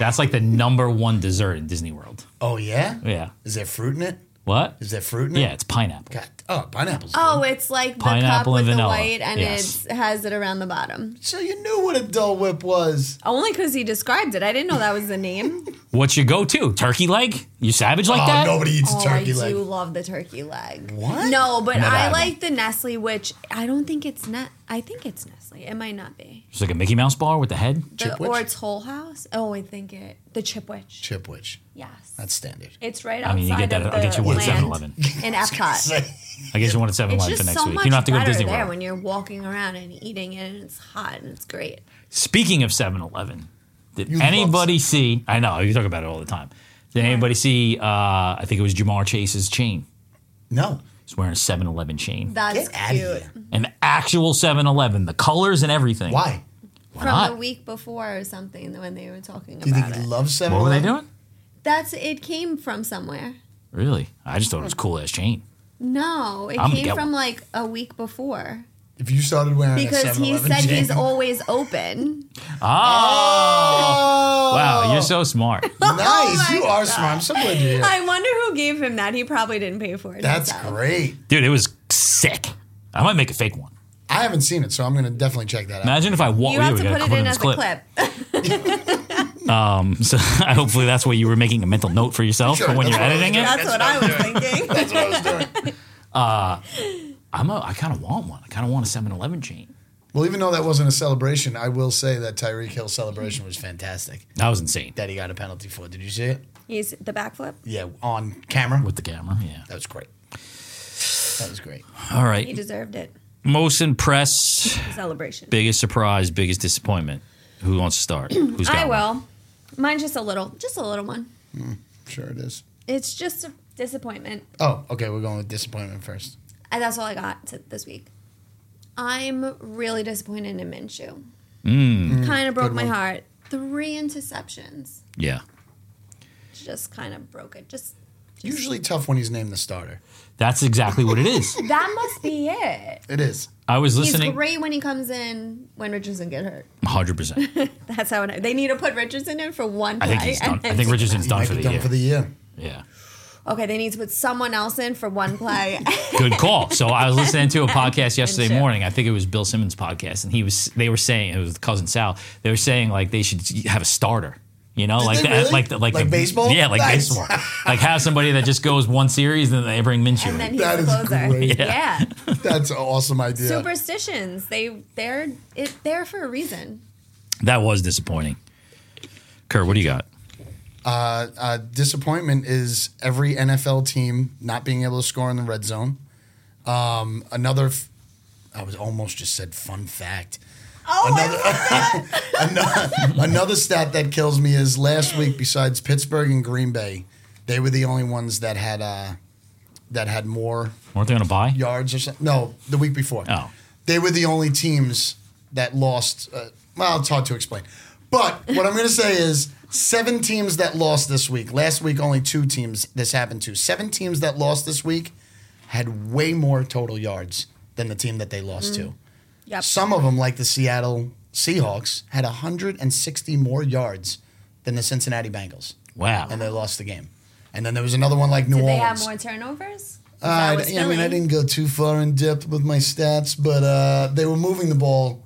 [SPEAKER 1] That's like the number one dessert in Disney World.
[SPEAKER 4] Oh yeah.
[SPEAKER 1] Yeah.
[SPEAKER 4] Is there fruit in it?
[SPEAKER 1] What?
[SPEAKER 4] Is there fruit in it?
[SPEAKER 1] Yeah, it's pineapple.
[SPEAKER 4] God. Oh, pineapples.
[SPEAKER 2] Oh, it's like the
[SPEAKER 1] Pineapple
[SPEAKER 2] cup
[SPEAKER 1] and
[SPEAKER 2] with the
[SPEAKER 1] vanilla.
[SPEAKER 2] white, and
[SPEAKER 1] Yes.
[SPEAKER 2] it has it around the bottom.
[SPEAKER 4] So you knew what a Dole Whip was.
[SPEAKER 2] Only because he described it. I didn't know that was the name.
[SPEAKER 1] What's your go-to? Turkey leg? You savage like
[SPEAKER 4] oh,
[SPEAKER 1] that?
[SPEAKER 4] nobody eats
[SPEAKER 2] oh,
[SPEAKER 4] turkey
[SPEAKER 2] I
[SPEAKER 4] leg.
[SPEAKER 2] do love the turkey leg.
[SPEAKER 4] What?
[SPEAKER 2] No, but
[SPEAKER 1] Never
[SPEAKER 2] I
[SPEAKER 1] had one.
[SPEAKER 2] like the Nestle, which I don't think it's net. I think it's Nestle. It might not be.
[SPEAKER 1] It's like a Mickey Mouse bar with the head.
[SPEAKER 2] The,
[SPEAKER 4] Chipwich?
[SPEAKER 2] Or it's Whole House. Oh, I think it. The Chipwich.
[SPEAKER 4] Chipwich.
[SPEAKER 2] Yes.
[SPEAKER 4] That's standard.
[SPEAKER 2] it's right
[SPEAKER 1] I
[SPEAKER 2] outside
[SPEAKER 1] mean, you get that.
[SPEAKER 2] of the
[SPEAKER 1] I'll get you one at
[SPEAKER 2] land
[SPEAKER 1] 7-Eleven.
[SPEAKER 2] in Epcot.
[SPEAKER 1] I guess you want at 7-Eleven
[SPEAKER 2] It's
[SPEAKER 1] for
[SPEAKER 2] just
[SPEAKER 1] next
[SPEAKER 2] so
[SPEAKER 1] week.
[SPEAKER 2] much
[SPEAKER 1] You don't have to go to
[SPEAKER 2] better
[SPEAKER 1] Disney
[SPEAKER 2] there
[SPEAKER 1] World.
[SPEAKER 2] when you're walking around and eating it, and it's hot and it's great.
[SPEAKER 1] Speaking of 7-Eleven, did
[SPEAKER 4] You love
[SPEAKER 1] anybody see? I know you talk about it all the time. Did anybody see? Uh, I think it was Jamar Chase's chain.
[SPEAKER 4] no.
[SPEAKER 1] He's wearing a 7-Eleven chain,
[SPEAKER 2] That's
[SPEAKER 4] Get outta
[SPEAKER 2] cute.
[SPEAKER 4] here.
[SPEAKER 1] an actual 7-Eleven, the colors and everything.
[SPEAKER 4] Why?
[SPEAKER 1] Why
[SPEAKER 2] From the
[SPEAKER 1] not?
[SPEAKER 2] week before or something when they were talking
[SPEAKER 4] Do you
[SPEAKER 2] about
[SPEAKER 4] think he
[SPEAKER 2] it.
[SPEAKER 4] loves 7
[SPEAKER 1] What were they doing?
[SPEAKER 2] That's it came from somewhere.
[SPEAKER 1] Really? I just thought it was a cool ass chain.
[SPEAKER 2] No, it
[SPEAKER 1] I'm gonna
[SPEAKER 2] came
[SPEAKER 1] get
[SPEAKER 2] from
[SPEAKER 1] one.
[SPEAKER 2] like a week before
[SPEAKER 4] If you started wearing a
[SPEAKER 2] because
[SPEAKER 4] 7
[SPEAKER 2] he said he's always open.
[SPEAKER 1] Oh,
[SPEAKER 4] Oh,
[SPEAKER 1] wow, you're so smart.
[SPEAKER 4] nice.
[SPEAKER 2] Oh
[SPEAKER 4] you
[SPEAKER 2] my
[SPEAKER 4] are smart. I'm so glad you're here.
[SPEAKER 2] I wonder who gave him that. He probably didn't pay for it.
[SPEAKER 4] That's
[SPEAKER 2] himself.
[SPEAKER 4] great.
[SPEAKER 1] Dude, it was sick. I might make a fake one.
[SPEAKER 4] I haven't seen it, so I'm going to definitely check that out.
[SPEAKER 1] Imagine if I walk
[SPEAKER 2] You have to put it in as a clip.
[SPEAKER 1] So hopefully that's where you were making a mental note for yourself
[SPEAKER 4] Sure,
[SPEAKER 1] for when
[SPEAKER 4] that's
[SPEAKER 1] you're
[SPEAKER 4] what I was
[SPEAKER 1] editing
[SPEAKER 4] doing.
[SPEAKER 1] it.
[SPEAKER 2] That's what I was thinking.
[SPEAKER 4] That's what I was doing.
[SPEAKER 1] I'm a, I kind of want one. I kind of want a 7-Eleven chain.
[SPEAKER 4] Well, even though that wasn't a celebration, I will say that Tyreek Hill's celebration was fantastic.
[SPEAKER 1] That was insane.
[SPEAKER 4] That he got a penalty for. Did you see it?
[SPEAKER 2] He's the backflip.
[SPEAKER 4] Yeah, on camera.
[SPEAKER 1] With the camera, yeah.
[SPEAKER 4] That was great. That was great.
[SPEAKER 1] All
[SPEAKER 2] He
[SPEAKER 1] right.
[SPEAKER 2] deserved it.
[SPEAKER 1] Most impressed,
[SPEAKER 2] Celebration.
[SPEAKER 1] biggest surprise, biggest disappointment. Who wants to start? Who's got
[SPEAKER 2] I
[SPEAKER 1] one?
[SPEAKER 2] will. Mine's just a little, just a little one.
[SPEAKER 4] Sure it is.
[SPEAKER 2] It's just a disappointment.
[SPEAKER 4] Oh, okay. We're going with disappointment first.
[SPEAKER 2] And that's all I got to this week. I'm really disappointed in Minshew.
[SPEAKER 1] Mm.
[SPEAKER 4] Mm,
[SPEAKER 2] Kind of broke my heart. Three interceptions.
[SPEAKER 1] Yeah.
[SPEAKER 2] Just kind of broke it. Just
[SPEAKER 4] Usually tough when he's named the starter.
[SPEAKER 1] That's exactly what it is.
[SPEAKER 2] that must be it.
[SPEAKER 4] It is.
[SPEAKER 1] I was
[SPEAKER 2] He's
[SPEAKER 1] listening.
[SPEAKER 2] great when he comes in when Richardson get hurt.
[SPEAKER 1] 100%.
[SPEAKER 2] That's how it, they need to put Richardson in for one
[SPEAKER 1] I
[SPEAKER 2] play.
[SPEAKER 1] think he's done.
[SPEAKER 2] and
[SPEAKER 1] I
[SPEAKER 2] then-
[SPEAKER 1] think Richardson's done
[SPEAKER 4] Might
[SPEAKER 1] for
[SPEAKER 4] be
[SPEAKER 1] the
[SPEAKER 4] done
[SPEAKER 1] year.
[SPEAKER 4] for the year.
[SPEAKER 1] Yeah.
[SPEAKER 2] okay, they need to put someone else in for one play.
[SPEAKER 1] Good call. So I was listening to a podcast yesterday
[SPEAKER 2] Friendship.
[SPEAKER 1] morning. I think it was Bill Simmons' podcast, and he was they were saying it was cousin Sal. They were saying like they should have a starter. You know, like
[SPEAKER 4] they
[SPEAKER 1] the,
[SPEAKER 4] really?
[SPEAKER 1] like the, like
[SPEAKER 4] Like
[SPEAKER 1] the-
[SPEAKER 4] baseball?
[SPEAKER 1] Yeah, like
[SPEAKER 4] Nice.
[SPEAKER 1] baseball. like have somebody that just goes one series, and then they bring Minshew.
[SPEAKER 2] and then
[SPEAKER 1] in.
[SPEAKER 2] he's
[SPEAKER 4] That
[SPEAKER 2] the
[SPEAKER 4] is
[SPEAKER 2] closer.
[SPEAKER 4] great.
[SPEAKER 2] yeah.
[SPEAKER 4] That's an awesome idea.
[SPEAKER 2] superstitions. They they're it there for a reason.
[SPEAKER 1] That was disappointing. Kurt, what do you got?
[SPEAKER 4] uh, disappointment is every NFL team not being able to score in the red zone. Um, another, f- I was almost just said fun fact. another, another, another stat that kills me is last week, besides Pittsburgh and Green Bay, they were the only ones that had uh, that had more
[SPEAKER 1] Weren't they going to buy?
[SPEAKER 4] yards or something. No, the week before.
[SPEAKER 1] Oh.
[SPEAKER 4] They were the only teams that lost. Uh, well, it's hard to explain. But what I'm going to say is seven teams that lost this week. Last week, only two teams this happened to. Seven teams that lost this week had way more total yards than the team that they lost to.
[SPEAKER 1] Mm-hmm.
[SPEAKER 2] Yep.
[SPEAKER 4] Some of them, like the Seattle Seahawks, had 160 more yards than the Cincinnati Bengals,
[SPEAKER 1] Wow.
[SPEAKER 4] and they lost the game. And then there was another one like New
[SPEAKER 2] Did they
[SPEAKER 4] Orleans.
[SPEAKER 2] have more turnovers? 'Cause
[SPEAKER 4] Uh, I,
[SPEAKER 2] that was
[SPEAKER 4] yeah, I mean, I
[SPEAKER 2] Philly.
[SPEAKER 4] didn't go too far in depth with my stats, but uh, they were moving the ball,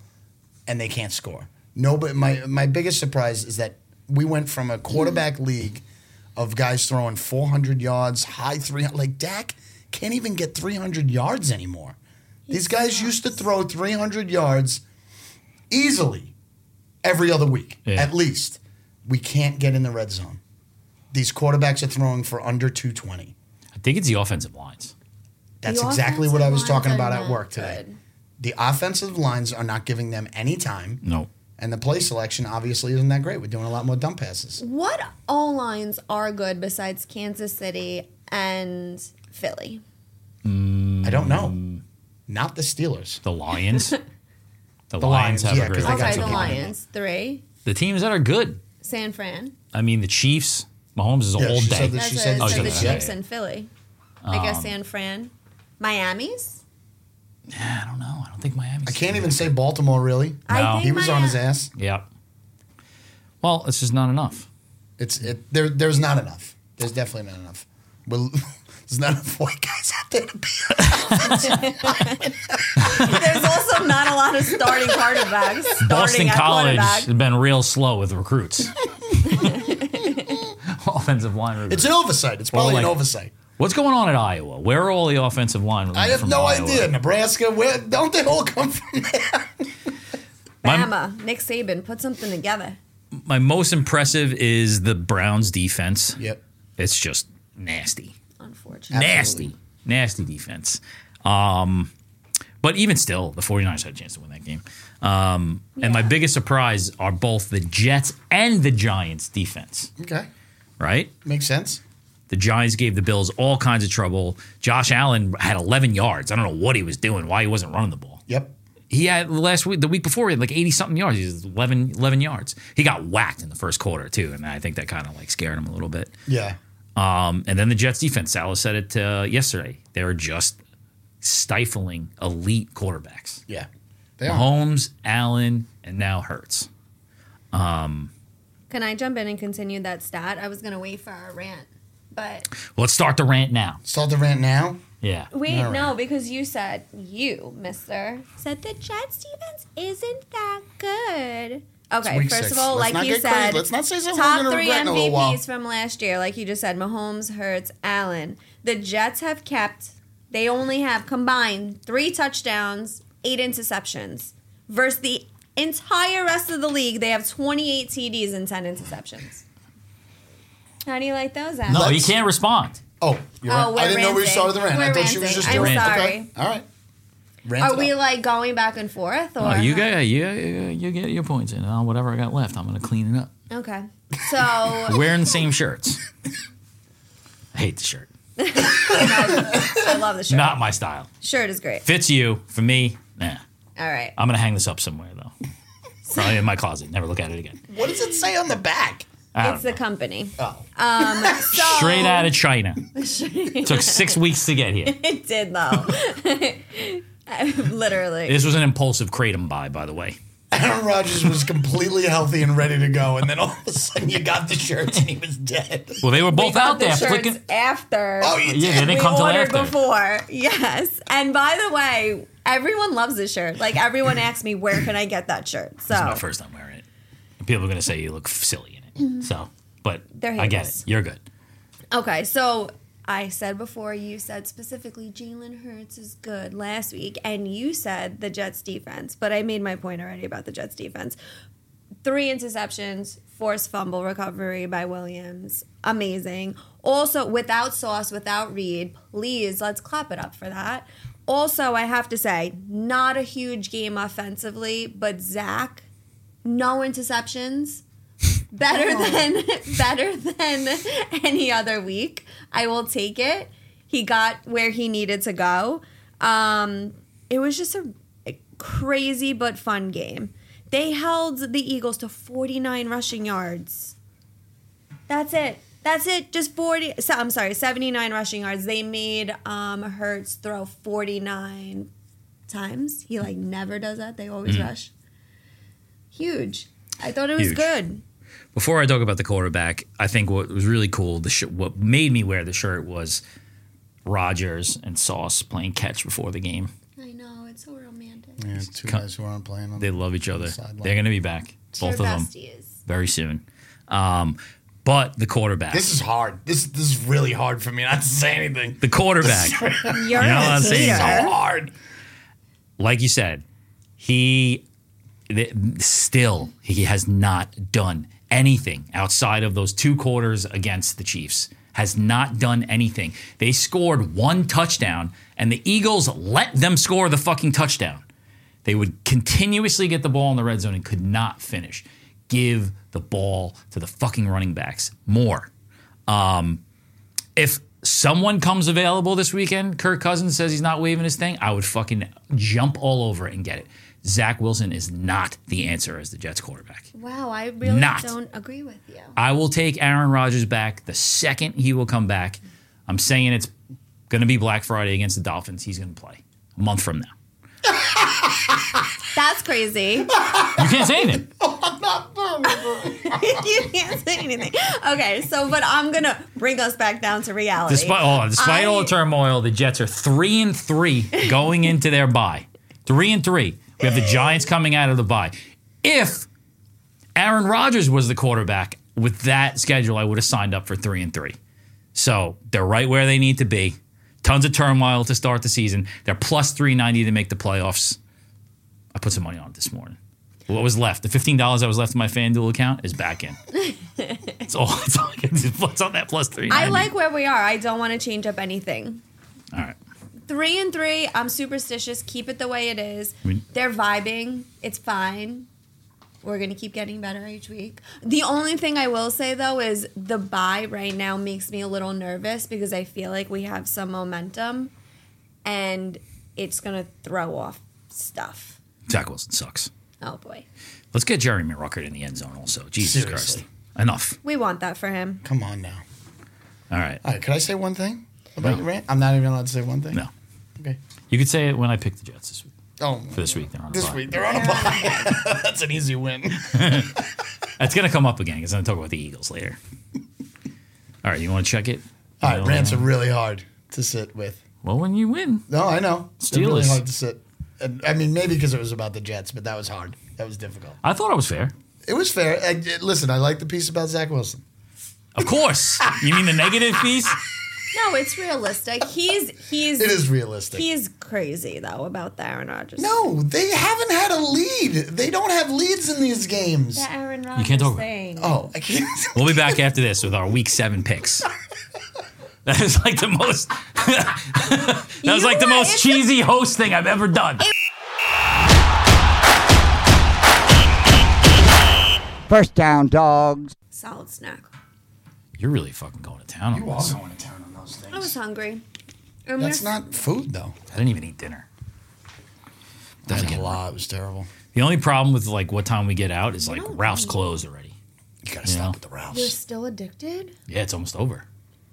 [SPEAKER 4] and they can't score. No, but my my biggest surprise is that we went from a quarterback league of guys throwing 400 yards, high three, like Dak can't even get 300 yards anymore. These guys used to throw 300 yards easily every other week,
[SPEAKER 1] Yeah.
[SPEAKER 4] at least. We can't get in the red zone. These quarterbacks are throwing for under 220.
[SPEAKER 1] I think it's the offensive lines.
[SPEAKER 4] That's
[SPEAKER 2] The
[SPEAKER 4] exactly what I was
[SPEAKER 2] offensive
[SPEAKER 4] talking
[SPEAKER 2] lines
[SPEAKER 4] about
[SPEAKER 2] are
[SPEAKER 4] at
[SPEAKER 2] not
[SPEAKER 4] work today.
[SPEAKER 2] good.
[SPEAKER 4] The offensive lines are not giving them any time.
[SPEAKER 1] No.
[SPEAKER 4] And the play selection obviously isn't that great. We're doing a lot more dump passes.
[SPEAKER 2] What O lines are good besides Kansas City and Philly?
[SPEAKER 4] I don't know. Not the Steelers.
[SPEAKER 1] The Lions. The, Lions,
[SPEAKER 4] Lions,
[SPEAKER 1] have
[SPEAKER 4] yeah,
[SPEAKER 1] a
[SPEAKER 4] 'cause
[SPEAKER 1] great
[SPEAKER 4] they got
[SPEAKER 2] Outside
[SPEAKER 4] two
[SPEAKER 2] the
[SPEAKER 4] people.
[SPEAKER 2] Lions, three.
[SPEAKER 1] The teams that are good.
[SPEAKER 2] San Fran.
[SPEAKER 1] I mean, the Chiefs. Mahomes is a
[SPEAKER 4] Yeah,
[SPEAKER 1] whole
[SPEAKER 4] she
[SPEAKER 1] day.
[SPEAKER 4] said that
[SPEAKER 2] That's
[SPEAKER 4] she
[SPEAKER 2] what
[SPEAKER 4] said
[SPEAKER 2] it's
[SPEAKER 1] Oh,
[SPEAKER 2] like
[SPEAKER 1] she
[SPEAKER 2] the
[SPEAKER 1] said that.
[SPEAKER 2] Chiefs and Philly. I
[SPEAKER 1] Um.
[SPEAKER 2] guess San Fran. Miami's?
[SPEAKER 1] I don't know. I don't think Miami's.
[SPEAKER 4] I can't even say Baltimore really.
[SPEAKER 1] No.
[SPEAKER 2] I think uh,
[SPEAKER 4] He was on his
[SPEAKER 2] Miami-
[SPEAKER 4] ass.
[SPEAKER 1] Yeah. Well, it's just not enough.
[SPEAKER 4] It's it, there. There's not enough. There's definitely not enough. Well, there's not enough white guys out there to be.
[SPEAKER 2] There's also not a lot of starting quarterbacks. Starting
[SPEAKER 1] Boston
[SPEAKER 2] at
[SPEAKER 1] College has
[SPEAKER 2] quarterback.
[SPEAKER 1] been real slow with recruits. offensive line recruits.
[SPEAKER 4] It's an oversight. It's probably
[SPEAKER 1] Well,
[SPEAKER 4] an
[SPEAKER 1] like-
[SPEAKER 4] oversight.
[SPEAKER 1] What's going on at Iowa? Where are all the offensive line?
[SPEAKER 4] I have
[SPEAKER 1] from
[SPEAKER 4] no
[SPEAKER 1] Iowa?
[SPEAKER 4] idea. Nebraska. Where don't they all come from? There?
[SPEAKER 1] My-
[SPEAKER 2] Bama, Nick Saban, put something together.
[SPEAKER 1] My most impressive is the Browns defense.
[SPEAKER 4] Yep.
[SPEAKER 1] It's just nasty.
[SPEAKER 2] Unfortunately.
[SPEAKER 1] Nasty. Nasty defense. Um, but even still, the 49ers had a chance to win that game. Um, And my biggest surprise are both the Jets and the Giants defense,
[SPEAKER 4] Okay.
[SPEAKER 1] right?
[SPEAKER 4] Makes sense.
[SPEAKER 1] The Giants gave the Bills all kinds of trouble. Josh Allen had 11 yards. I don't know what he was doing, why he wasn't running the ball.
[SPEAKER 4] Yep.
[SPEAKER 1] He had last week, the week before, he had like 80 something yards. He was 11, 11 yards. He got whacked in the first quarter, too. And I think that kind of like scared him a little bit.
[SPEAKER 4] Yeah.
[SPEAKER 1] Um, and then the Jets defense, Salah said it uh, yesterday. They're just stifling elite quarterbacks.
[SPEAKER 4] Yeah. They are.
[SPEAKER 1] Holmes, Allen, and now Hurts.
[SPEAKER 2] Can I jump in and continue that stat? I was going to wait for our rant. But
[SPEAKER 1] Well, let's start the rant now.
[SPEAKER 4] Start the rant now.
[SPEAKER 1] Yeah.
[SPEAKER 2] wait,
[SPEAKER 4] All right.
[SPEAKER 2] no, because you said, you, mister, said the Jets defense isn't that good. Okay,
[SPEAKER 4] week
[SPEAKER 2] first
[SPEAKER 4] six.
[SPEAKER 2] of all,
[SPEAKER 4] Let's not
[SPEAKER 2] like you
[SPEAKER 4] get crazy.
[SPEAKER 2] said,
[SPEAKER 4] Let's not say something we're
[SPEAKER 2] top
[SPEAKER 4] gonna
[SPEAKER 2] three
[SPEAKER 4] regret in a little while.
[SPEAKER 2] MVPs from last year, like you just said, Mahomes, Hurts, Allen. The Jets have kept, they only have combined three touchdowns, eight interceptions. Versus the entire rest of the league, they have 28 TDs and 10 interceptions. How do you like those, Adam?
[SPEAKER 1] No,
[SPEAKER 4] Let's-
[SPEAKER 1] you can't respond.
[SPEAKER 4] Oh, you're
[SPEAKER 2] Oh,
[SPEAKER 4] right.
[SPEAKER 2] we're
[SPEAKER 4] I didn't know we
[SPEAKER 2] ranting.
[SPEAKER 4] started the rant. I
[SPEAKER 2] We're
[SPEAKER 4] thought she was
[SPEAKER 2] ranting.
[SPEAKER 4] just
[SPEAKER 2] I'm
[SPEAKER 4] doing it.
[SPEAKER 2] sorry.
[SPEAKER 4] Okay. All right. Rant
[SPEAKER 2] Are
[SPEAKER 4] it
[SPEAKER 2] we
[SPEAKER 4] up.
[SPEAKER 2] like going back and forth? Or
[SPEAKER 1] Oh, you get you, you you get your points in. Uh, whatever I got left, I'm gonna clean it up.
[SPEAKER 2] Okay. So
[SPEAKER 1] Wearing the same shirts. I hate the shirt.
[SPEAKER 2] I love the shirt.
[SPEAKER 1] Not my style.
[SPEAKER 2] shirt is great.
[SPEAKER 1] Fits you for me. Nah.
[SPEAKER 2] All right.
[SPEAKER 1] I'm gonna hang this up somewhere though. Probably in my closet. Never look at it again.
[SPEAKER 4] What does it say on the back?
[SPEAKER 1] I
[SPEAKER 2] It's
[SPEAKER 1] don't
[SPEAKER 2] the company.
[SPEAKER 4] Oh,
[SPEAKER 2] So,
[SPEAKER 1] Straight out of China. Took six weeks to get here.
[SPEAKER 2] It did though. Literally.
[SPEAKER 1] This was an impulsive kratom buy, by the way.
[SPEAKER 4] Aaron Rodgers was completely healthy and ready to go, and then all of a sudden you got the shirts and he was dead.
[SPEAKER 1] Well, they were both out
[SPEAKER 2] Got the
[SPEAKER 1] there
[SPEAKER 2] shirts
[SPEAKER 1] flicking.
[SPEAKER 2] after.
[SPEAKER 4] Oh,
[SPEAKER 1] Yeah,
[SPEAKER 4] you
[SPEAKER 1] they
[SPEAKER 4] did.
[SPEAKER 1] didn't
[SPEAKER 2] we
[SPEAKER 1] come till
[SPEAKER 2] ordered
[SPEAKER 1] after.
[SPEAKER 2] before. Yes. And by the way, everyone loves this shirt. Like everyone asks me, where can I get that shirt?
[SPEAKER 1] It's my
[SPEAKER 2] So
[SPEAKER 1] first time wearing it. And people are gonna say you look silly in it. So, but
[SPEAKER 2] They're
[SPEAKER 1] I get it.
[SPEAKER 2] haters.
[SPEAKER 1] You're good.
[SPEAKER 2] okay, so I said before you said specifically Jalen Hurts is good last week, and you said the Jets defense, but I made my point already about the Jets defense. three interceptions, forced fumble recovery by Williams. Amazing. Also, without Sauce, without Reed, please let's clap it up for that. Also, I have to say, not a huge game offensively, but Zach, no interceptions. Better than better than any other week. I will take it. He got where he needed to go. Um, it was just a crazy but fun game. They held the Eagles to 49 rushing yards. That's it. That's it. Just 40. So, I'm sorry, 79 rushing yards. They made um, Hertz throw 49 times. He like never does that. They always rush. Huge. I thought it was
[SPEAKER 1] Huge.
[SPEAKER 2] good.
[SPEAKER 1] Before I talk about the quarterback, I think what was really cool, the sh- what made me wear the shirt was Rogers and Sauce playing catch before the game.
[SPEAKER 2] I know. It's so romantic.
[SPEAKER 4] Yeah, two
[SPEAKER 1] Come-
[SPEAKER 4] guys who aren't playing on
[SPEAKER 1] They love each other.
[SPEAKER 4] Sideline.
[SPEAKER 1] They're going to be back, both of them,
[SPEAKER 2] besties.
[SPEAKER 1] very soon. Um, but the quarterback,
[SPEAKER 4] This is hard. This this is really hard for me not to say anything.
[SPEAKER 1] the quarterback,
[SPEAKER 2] You're
[SPEAKER 1] know what I'm
[SPEAKER 2] a
[SPEAKER 1] saying?
[SPEAKER 4] So
[SPEAKER 2] hater.
[SPEAKER 4] hard.
[SPEAKER 1] like you said, he th- still he has not done anything outside of those two quarters against the Chiefs. Has not done anything. They scored one touchdown, and the Eagles let them score the fucking touchdown. They would continuously get the ball in the red zone and could not finish. Give the ball to the fucking running backs more. if someone comes available this weekend, Kirk Cousins says he's not waving his thing, I would fucking jump all over it and get it. Zach Wilson is not the answer as the Jets quarterback.
[SPEAKER 2] Wow, I really
[SPEAKER 1] Not.
[SPEAKER 2] don't agree with you.
[SPEAKER 1] I will take Aaron Rodgers back the second he will come back. I'm saying it's going to be Black Friday against the Dolphins. He's going to play a month from now.
[SPEAKER 2] That's crazy.
[SPEAKER 1] You can't say anything.
[SPEAKER 2] you can't say anything. Okay, so but I'm gonna bring us back down to reality.
[SPEAKER 1] Despite oh, despite all the
[SPEAKER 2] I-
[SPEAKER 1] turmoil, the Jets are three and three going into their bye. Three and three. We have the Giants coming out of the bye. If Aaron Rodgers was the quarterback with that schedule, I would have signed up for three and three. So they're right where they need to be. Tons of turmoil to start the season. They're plus three ninety to make the playoffs. I put some money on it this morning. What was left? The fifteen dollars I was left in my FanDuel account is back in. it's all. It's all. It's on that plus three.
[SPEAKER 2] I like where we are. I don't want to change up anything.
[SPEAKER 1] All right.
[SPEAKER 2] Three and three. I'm superstitious. Keep it the way it is.
[SPEAKER 1] mean-
[SPEAKER 2] They're vibing. It's fine. We're gonna keep getting better each week. The only thing I will say though is the buy right now makes me a little nervous because I feel like we have some momentum, and it's gonna throw off stuff.
[SPEAKER 1] Zach Wilson sucks.
[SPEAKER 2] Oh boy,
[SPEAKER 1] Let's get Jeremy Ruckert in the end zone also. Jesus
[SPEAKER 4] Seriously.
[SPEAKER 1] Christ. Enough.
[SPEAKER 2] we want that for him.
[SPEAKER 4] Come on now.
[SPEAKER 1] All right.
[SPEAKER 4] All right, could I say one thing about your rant? I'm not even allowed to say one thing.
[SPEAKER 1] No.
[SPEAKER 4] Okay.
[SPEAKER 1] You could say it when I pick the Jets this week.
[SPEAKER 4] Oh,
[SPEAKER 1] For this week, they're on a
[SPEAKER 4] This
[SPEAKER 1] bye.
[SPEAKER 4] week they're on a bye. That's an easy win.
[SPEAKER 1] That's going to come up again because I'm going to talk about the Eagles later. All right. You want to check it?
[SPEAKER 4] All right, rants are really hard to sit with.
[SPEAKER 1] Well, when you win,
[SPEAKER 4] No, I know. They're really
[SPEAKER 1] Steelers.
[SPEAKER 4] hard to sit. And, I mean, maybe because it was about the Jets, but that was hard. That was difficult.
[SPEAKER 1] I thought I was fair.
[SPEAKER 4] It was fair. I, I- listen, I like the piece about Zach Wilson.
[SPEAKER 1] Of course. you mean the negative piece?
[SPEAKER 2] No, it's realistic. He's he's
[SPEAKER 4] It is realistic.
[SPEAKER 2] he's crazy though about the Aaron Rodgers.
[SPEAKER 4] no, they haven't had a lead. They don't have leads in these games.
[SPEAKER 2] the Aaron Rodgers
[SPEAKER 1] can't talk about it.
[SPEAKER 2] thing.
[SPEAKER 4] Oh, I can't.
[SPEAKER 1] We'll be back after this with our week seven picks. That is like the most. that was
[SPEAKER 2] You
[SPEAKER 1] like the
[SPEAKER 2] were-
[SPEAKER 1] most
[SPEAKER 2] it's a-
[SPEAKER 1] cheesy host thing I've ever done.
[SPEAKER 3] First down, dogs.
[SPEAKER 2] Solid snack.
[SPEAKER 1] You're really fucking going to town on
[SPEAKER 4] You are
[SPEAKER 1] this.
[SPEAKER 4] going to town on those
[SPEAKER 2] I was
[SPEAKER 4] things.
[SPEAKER 2] hungry. I'm
[SPEAKER 4] That's
[SPEAKER 2] gonna-
[SPEAKER 4] not food, though.
[SPEAKER 1] I didn't even eat dinner.
[SPEAKER 4] That's
[SPEAKER 1] get
[SPEAKER 4] a lot. It was terrible.
[SPEAKER 1] The only problem with like what time we get out is like
[SPEAKER 2] don't
[SPEAKER 1] Ralph's
[SPEAKER 2] eat.
[SPEAKER 1] closed already.
[SPEAKER 4] You gotta
[SPEAKER 1] You
[SPEAKER 4] stop
[SPEAKER 1] know?
[SPEAKER 4] with the Ralphs.
[SPEAKER 2] You're still addicted?
[SPEAKER 1] Yeah, it's almost over.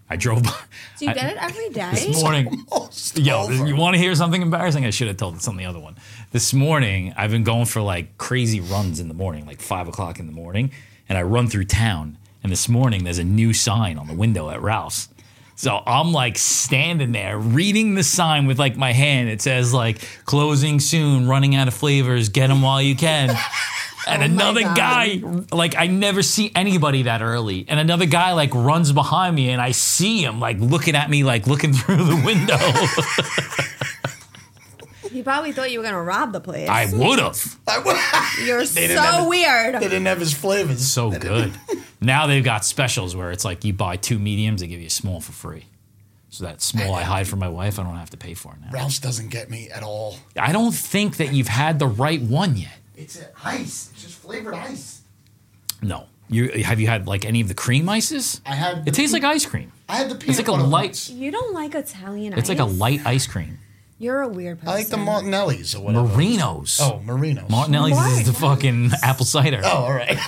[SPEAKER 1] I drove by.
[SPEAKER 2] Do you
[SPEAKER 1] I-
[SPEAKER 2] get it every
[SPEAKER 1] This
[SPEAKER 2] day?
[SPEAKER 1] morning,
[SPEAKER 4] Almost
[SPEAKER 1] yo,
[SPEAKER 4] Oh, over.
[SPEAKER 1] you want to hear something embarrassing? I should have told this on the other one. This morning, I've been going for like crazy runs in the morning, like five o'clock in the morning, and I run through town. And this morning, there's a new sign on the window at Ralph's. So I'm like standing there reading the sign with like my hand. It says like closing soon, running out of flavors. Get them while you can. And another
[SPEAKER 2] God.
[SPEAKER 1] guy, like I never see anybody that early. And another guy like runs behind me, and I see him like looking at me, like looking through the window.
[SPEAKER 2] You probably thought you were gonna rob the place.
[SPEAKER 1] I would have.
[SPEAKER 2] You're
[SPEAKER 4] didn't have
[SPEAKER 2] so
[SPEAKER 4] it. They
[SPEAKER 2] weird.
[SPEAKER 4] didn't have his flavors.
[SPEAKER 1] So good. Now they've got specials where it's like you buy two mediums, they give you a small for free. So that small I hide from my wife, I don't have to pay for it now.
[SPEAKER 4] Ralph's doesn't get me at all.
[SPEAKER 1] I don't think that you've had the right one yet.
[SPEAKER 4] It's ice. It's just flavored ice.
[SPEAKER 1] No. You have you had like any of the cream ices?
[SPEAKER 4] I had the
[SPEAKER 1] It tastes
[SPEAKER 4] pe-
[SPEAKER 1] like ice cream.
[SPEAKER 4] I had the
[SPEAKER 1] It's
[SPEAKER 4] peanut
[SPEAKER 1] like a
[SPEAKER 4] butter
[SPEAKER 1] light.
[SPEAKER 4] ones.
[SPEAKER 2] You don't like Italian
[SPEAKER 1] It's like a
[SPEAKER 2] ice?
[SPEAKER 1] light ice cream.
[SPEAKER 2] You're a weird person.
[SPEAKER 4] I like the Martinellis or whatever.
[SPEAKER 1] Merinos.
[SPEAKER 4] Oh, Marinos.
[SPEAKER 1] Martinelli's is the
[SPEAKER 2] Martinelli's.
[SPEAKER 1] fucking apple cider.
[SPEAKER 4] Oh, all right.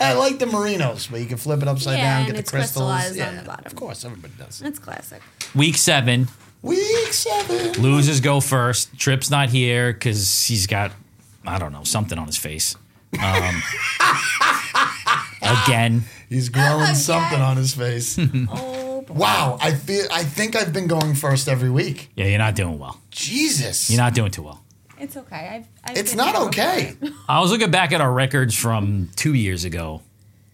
[SPEAKER 4] I like the Marinos, but you can flip it upside
[SPEAKER 2] Yeah,
[SPEAKER 4] down,
[SPEAKER 2] and
[SPEAKER 4] get the
[SPEAKER 2] it's
[SPEAKER 4] crystals.
[SPEAKER 2] crystallized
[SPEAKER 4] yeah,
[SPEAKER 2] on the bottom.
[SPEAKER 4] Of course, everybody does.
[SPEAKER 2] It's classic.
[SPEAKER 1] Week seven,
[SPEAKER 4] Week seven.
[SPEAKER 1] losers go first. Trip's not here because he's got, I don't know, something on his face. Um, again,
[SPEAKER 4] He's growing
[SPEAKER 2] Okay.
[SPEAKER 4] something on his face.
[SPEAKER 1] Hmm.
[SPEAKER 2] Oh, boy.
[SPEAKER 4] wow, I feel. I think I've been going first every week.
[SPEAKER 1] yeah, you're not doing well.
[SPEAKER 4] Jesus.
[SPEAKER 1] You're not doing too well.
[SPEAKER 2] It's okay. I've, I've
[SPEAKER 4] it's
[SPEAKER 2] been
[SPEAKER 4] not
[SPEAKER 2] there before.
[SPEAKER 4] okay.
[SPEAKER 1] I was looking back at our records from two years ago.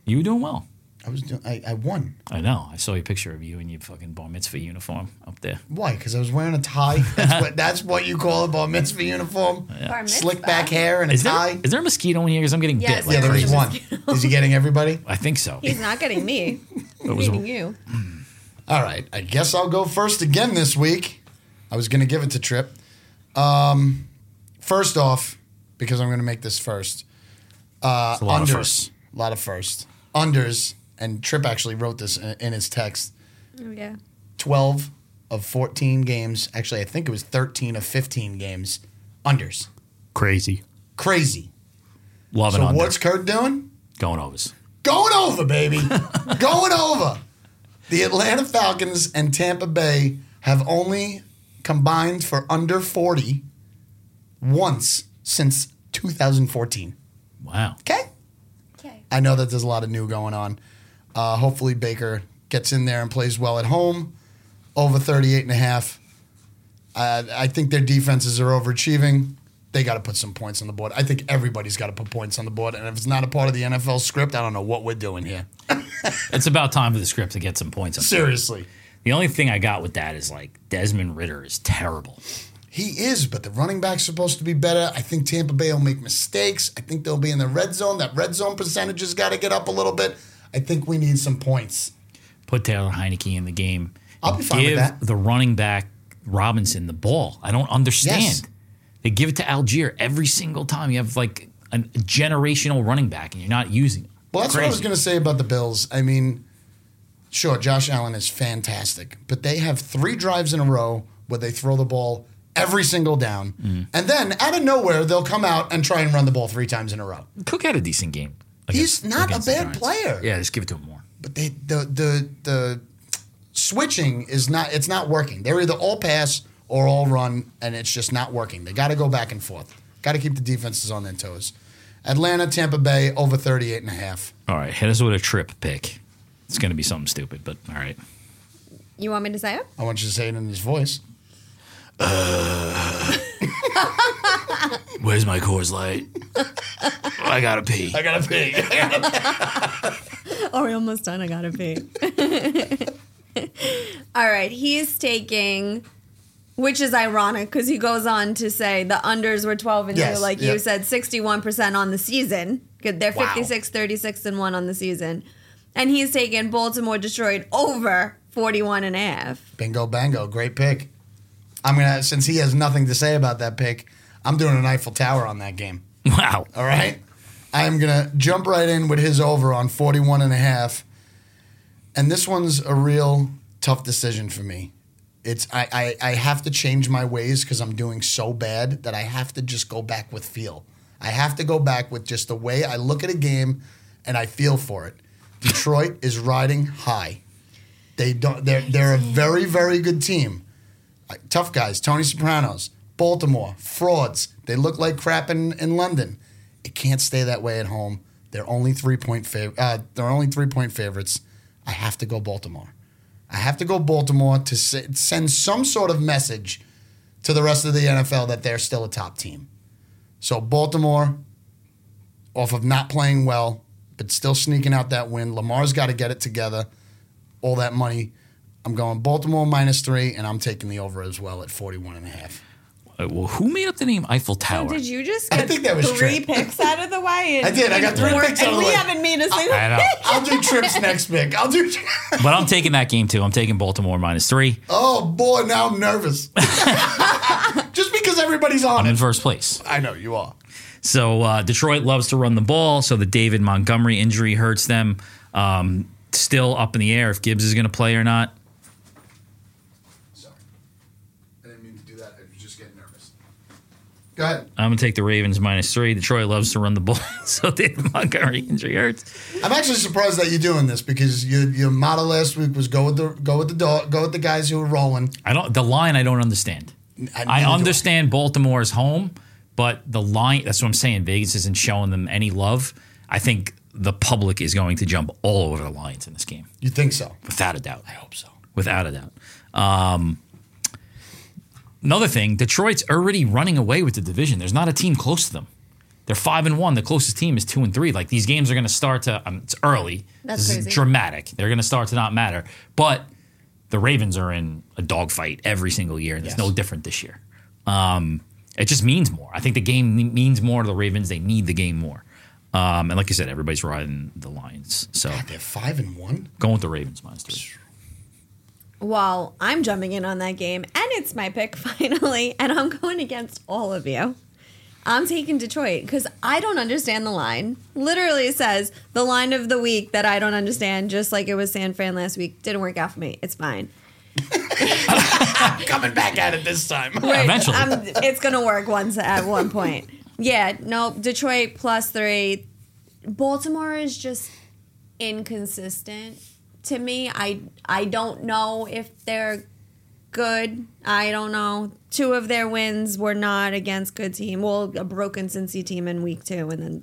[SPEAKER 1] You were doing well.
[SPEAKER 4] I was doing. I, I won.
[SPEAKER 1] I know. I saw your picture of you in your fucking bar mitzvah uniform up there.
[SPEAKER 4] Why? Because I was wearing a tie. That's what, that's what you call a bar mitzvah uniform.
[SPEAKER 2] Bar mitzvah.
[SPEAKER 4] Slick back hair and a
[SPEAKER 1] Is there,
[SPEAKER 4] tie.
[SPEAKER 1] is there a mosquito in here? Because I'm getting bit.
[SPEAKER 2] Yes,
[SPEAKER 1] Like
[SPEAKER 4] yeah, there
[SPEAKER 1] crazy.
[SPEAKER 4] is one. Is he getting everybody?
[SPEAKER 1] I think so.
[SPEAKER 2] He's not getting me. He's
[SPEAKER 1] It was a-
[SPEAKER 2] eating you.
[SPEAKER 4] All right. I guess I'll go first again this week. I was going to give it to Trip. Um, first off, because I'm going to make this first. Uh,
[SPEAKER 1] It's a lot
[SPEAKER 4] unders.
[SPEAKER 1] of firsts.
[SPEAKER 4] A lot of first. Unders. And Trip actually wrote this in, in his text.
[SPEAKER 2] Oh, Yeah.
[SPEAKER 4] 12 of 14 games. Actually, I think it was 13 of 15 games. Unders.
[SPEAKER 1] Crazy.
[SPEAKER 4] Crazy.
[SPEAKER 1] Love it
[SPEAKER 4] So
[SPEAKER 1] on
[SPEAKER 4] what's
[SPEAKER 1] what's
[SPEAKER 4] Kurt doing?
[SPEAKER 1] going overs.
[SPEAKER 4] going over, baby. going over. The Atlanta Falcons and Tampa Bay have only combined for under 40 once since 2014.
[SPEAKER 1] Wow.
[SPEAKER 4] Okay?
[SPEAKER 2] Okay.
[SPEAKER 4] I know that there's a lot of new going on. Uh, hopefully, Baker gets in there and plays well at home. Over 38 and a half. Uh, I think their defenses are overachieving. They got to put some points on the board. I think everybody's got to put points on the board. And if it's not a part of the NFL script, I don't know what we're doing here.
[SPEAKER 1] It's about time for the script to get some points up.
[SPEAKER 4] Seriously.
[SPEAKER 1] The only thing I got with that is like Desmond Ritter is terrible.
[SPEAKER 4] He is, but the running back's supposed to be better. I think Tampa Bay will make mistakes. I think they'll be in the red zone. That red zone percentage has got to get up a little bit. I think we need some points.
[SPEAKER 1] Put Taylor Heineke in the game.
[SPEAKER 4] I'll be fine with
[SPEAKER 1] give
[SPEAKER 4] that.
[SPEAKER 1] the running back Robinson the ball. I don't understand.
[SPEAKER 4] Yes.
[SPEAKER 1] They give it to Algier every single time. You have like a generational running back and you're not using it.
[SPEAKER 4] Well, that's what I was
[SPEAKER 1] Crazy.
[SPEAKER 4] going to say about the Bills. I mean, sure, Josh Allen is fantastic, but they have three drives in a row where they throw the ball every single down.
[SPEAKER 1] Mm.
[SPEAKER 4] And then out of nowhere, they'll come out and try and run the ball three times in a row.
[SPEAKER 1] Cook had a decent game.
[SPEAKER 4] He's not a
[SPEAKER 1] against the
[SPEAKER 4] bad
[SPEAKER 1] Giants.
[SPEAKER 4] player.
[SPEAKER 1] Yeah, just give it to him more.
[SPEAKER 4] but they the the the switching is not it's not working. They're either all pass or all run, and it's just not working. They got to go back and forth. Got to keep the defenses on their toes. Atlanta, Tampa Bay over 38 and a half.
[SPEAKER 1] All right, hit us with a trip pick. It's going to be something stupid, but all right.
[SPEAKER 2] You want me to say it?
[SPEAKER 4] I want you to say it in his voice.
[SPEAKER 1] Where's my Coors Light? I gotta pee.
[SPEAKER 4] I got to pee.
[SPEAKER 2] Oh, we're almost done. I gotta pee. All right, he's taking, which is ironic because he goes on to say the unders were 12 and
[SPEAKER 4] Yes,
[SPEAKER 2] 2, like
[SPEAKER 4] yeah.
[SPEAKER 2] you said, 61% on the season. Good, They're 56, 36, and 1 on the season. And he's taking Baltimore, Detroit over 41 and a half.
[SPEAKER 4] Bingo, bango. Great pick. I'm going to, since he has nothing to say about that pick, I'm doing an Eiffel Tower on that game.
[SPEAKER 1] Wow.
[SPEAKER 4] All right. I'm going to jump right in with his over on 41 and a half. And this one's a real tough decision for me. It's I, I, I have to change my ways because I'm doing so bad that I have to just go back with feel. I have to go back with just the way I look at a game and I feel for it. Detroit is riding high. They don't they're they're a very, very good team tough guys, Tony Sopranos, Baltimore, frauds. They look like crap in, in London. It can't stay that way at home. They're only three point fav- uh, They're only three point favorites. I have to go Baltimore. I have to go Baltimore to se- send some sort of message to the rest of the NFL that they're still a top team. So Baltimore, off of not playing well, but still sneaking out that win. Lamar's got to get it together. All that money. I'm going Baltimore minus three, and I'm taking the over as well at 41 and a half.
[SPEAKER 1] Uh, Well, who made up the name Eiffel Tower?
[SPEAKER 2] Did you just
[SPEAKER 4] I
[SPEAKER 2] get
[SPEAKER 4] think that was
[SPEAKER 2] three
[SPEAKER 4] Trent.
[SPEAKER 2] picks out of the way?
[SPEAKER 4] I did. I got three
[SPEAKER 2] and-
[SPEAKER 4] picks out of
[SPEAKER 2] and
[SPEAKER 4] the
[SPEAKER 2] we
[SPEAKER 4] way.
[SPEAKER 2] haven't made a single
[SPEAKER 1] I know.
[SPEAKER 4] I'll do Tripp's next pick. I'll do.
[SPEAKER 1] but I'm taking that game too. I'm taking Baltimore minus three.
[SPEAKER 4] Oh boy, now I'm nervous. Just because everybody's on
[SPEAKER 1] I'm in
[SPEAKER 4] it.
[SPEAKER 1] first place.
[SPEAKER 4] I know you are.
[SPEAKER 1] So uh, Detroit loves to run the ball. So the David Montgomery injury hurts them. Um, still up in the air if Gibbs is going to play or not.
[SPEAKER 6] Sorry. I didn't mean to do that. I was just getting nervous. Go ahead.
[SPEAKER 1] I'm going to take the Ravens minus three. Detroit loves to run the ball. so David Montgomery injury hurts.
[SPEAKER 4] I'm actually surprised that you're doing this because your your motto last week was go with the go with the dog, go with the guys who are rolling.
[SPEAKER 1] I don't. The line I don't understand. I understand Baltimore's home, but the line that's what I'm saying. Vegas isn't showing them any love. I think the public is going to jump all over the Lions in this game.
[SPEAKER 4] You think so?
[SPEAKER 1] Without a doubt. I hope so. Without a doubt. Um, another thing, Detroit's already running away with the division. There's not a team close to them. They're five and one. The closest team is two and three. Like these games are going to start to. Um, it's early.
[SPEAKER 2] That's
[SPEAKER 1] this
[SPEAKER 2] crazy.
[SPEAKER 1] is dramatic. They're going to start to not matter. But the Ravens are in a dogfight every single year, and it's no different this year. Um, it just means more. I think the game ne- means more to the Ravens. They need the game more. Um, and like you said, everybody's riding the Lions. So
[SPEAKER 4] They're five and one.
[SPEAKER 1] going with the Ravens minus three.
[SPEAKER 2] Well, I'm jumping in on that game, and it's my pick finally, and I'm going against all of you. I'm taking Detroit because I don't understand the line. Literally it says the line of the week that I don't understand, just like it was San Fran last week. Didn't work out for me. It's fine.
[SPEAKER 4] Coming back at it this time.
[SPEAKER 1] Eventually.
[SPEAKER 2] I'm, it's gonna work once at one point. Yeah, no, Detroit plus three. Baltimore is just inconsistent to me. I I don't know if they're good. I don't know. Two of their wins were not against good team. Well, a broken Cincy team in week two, and then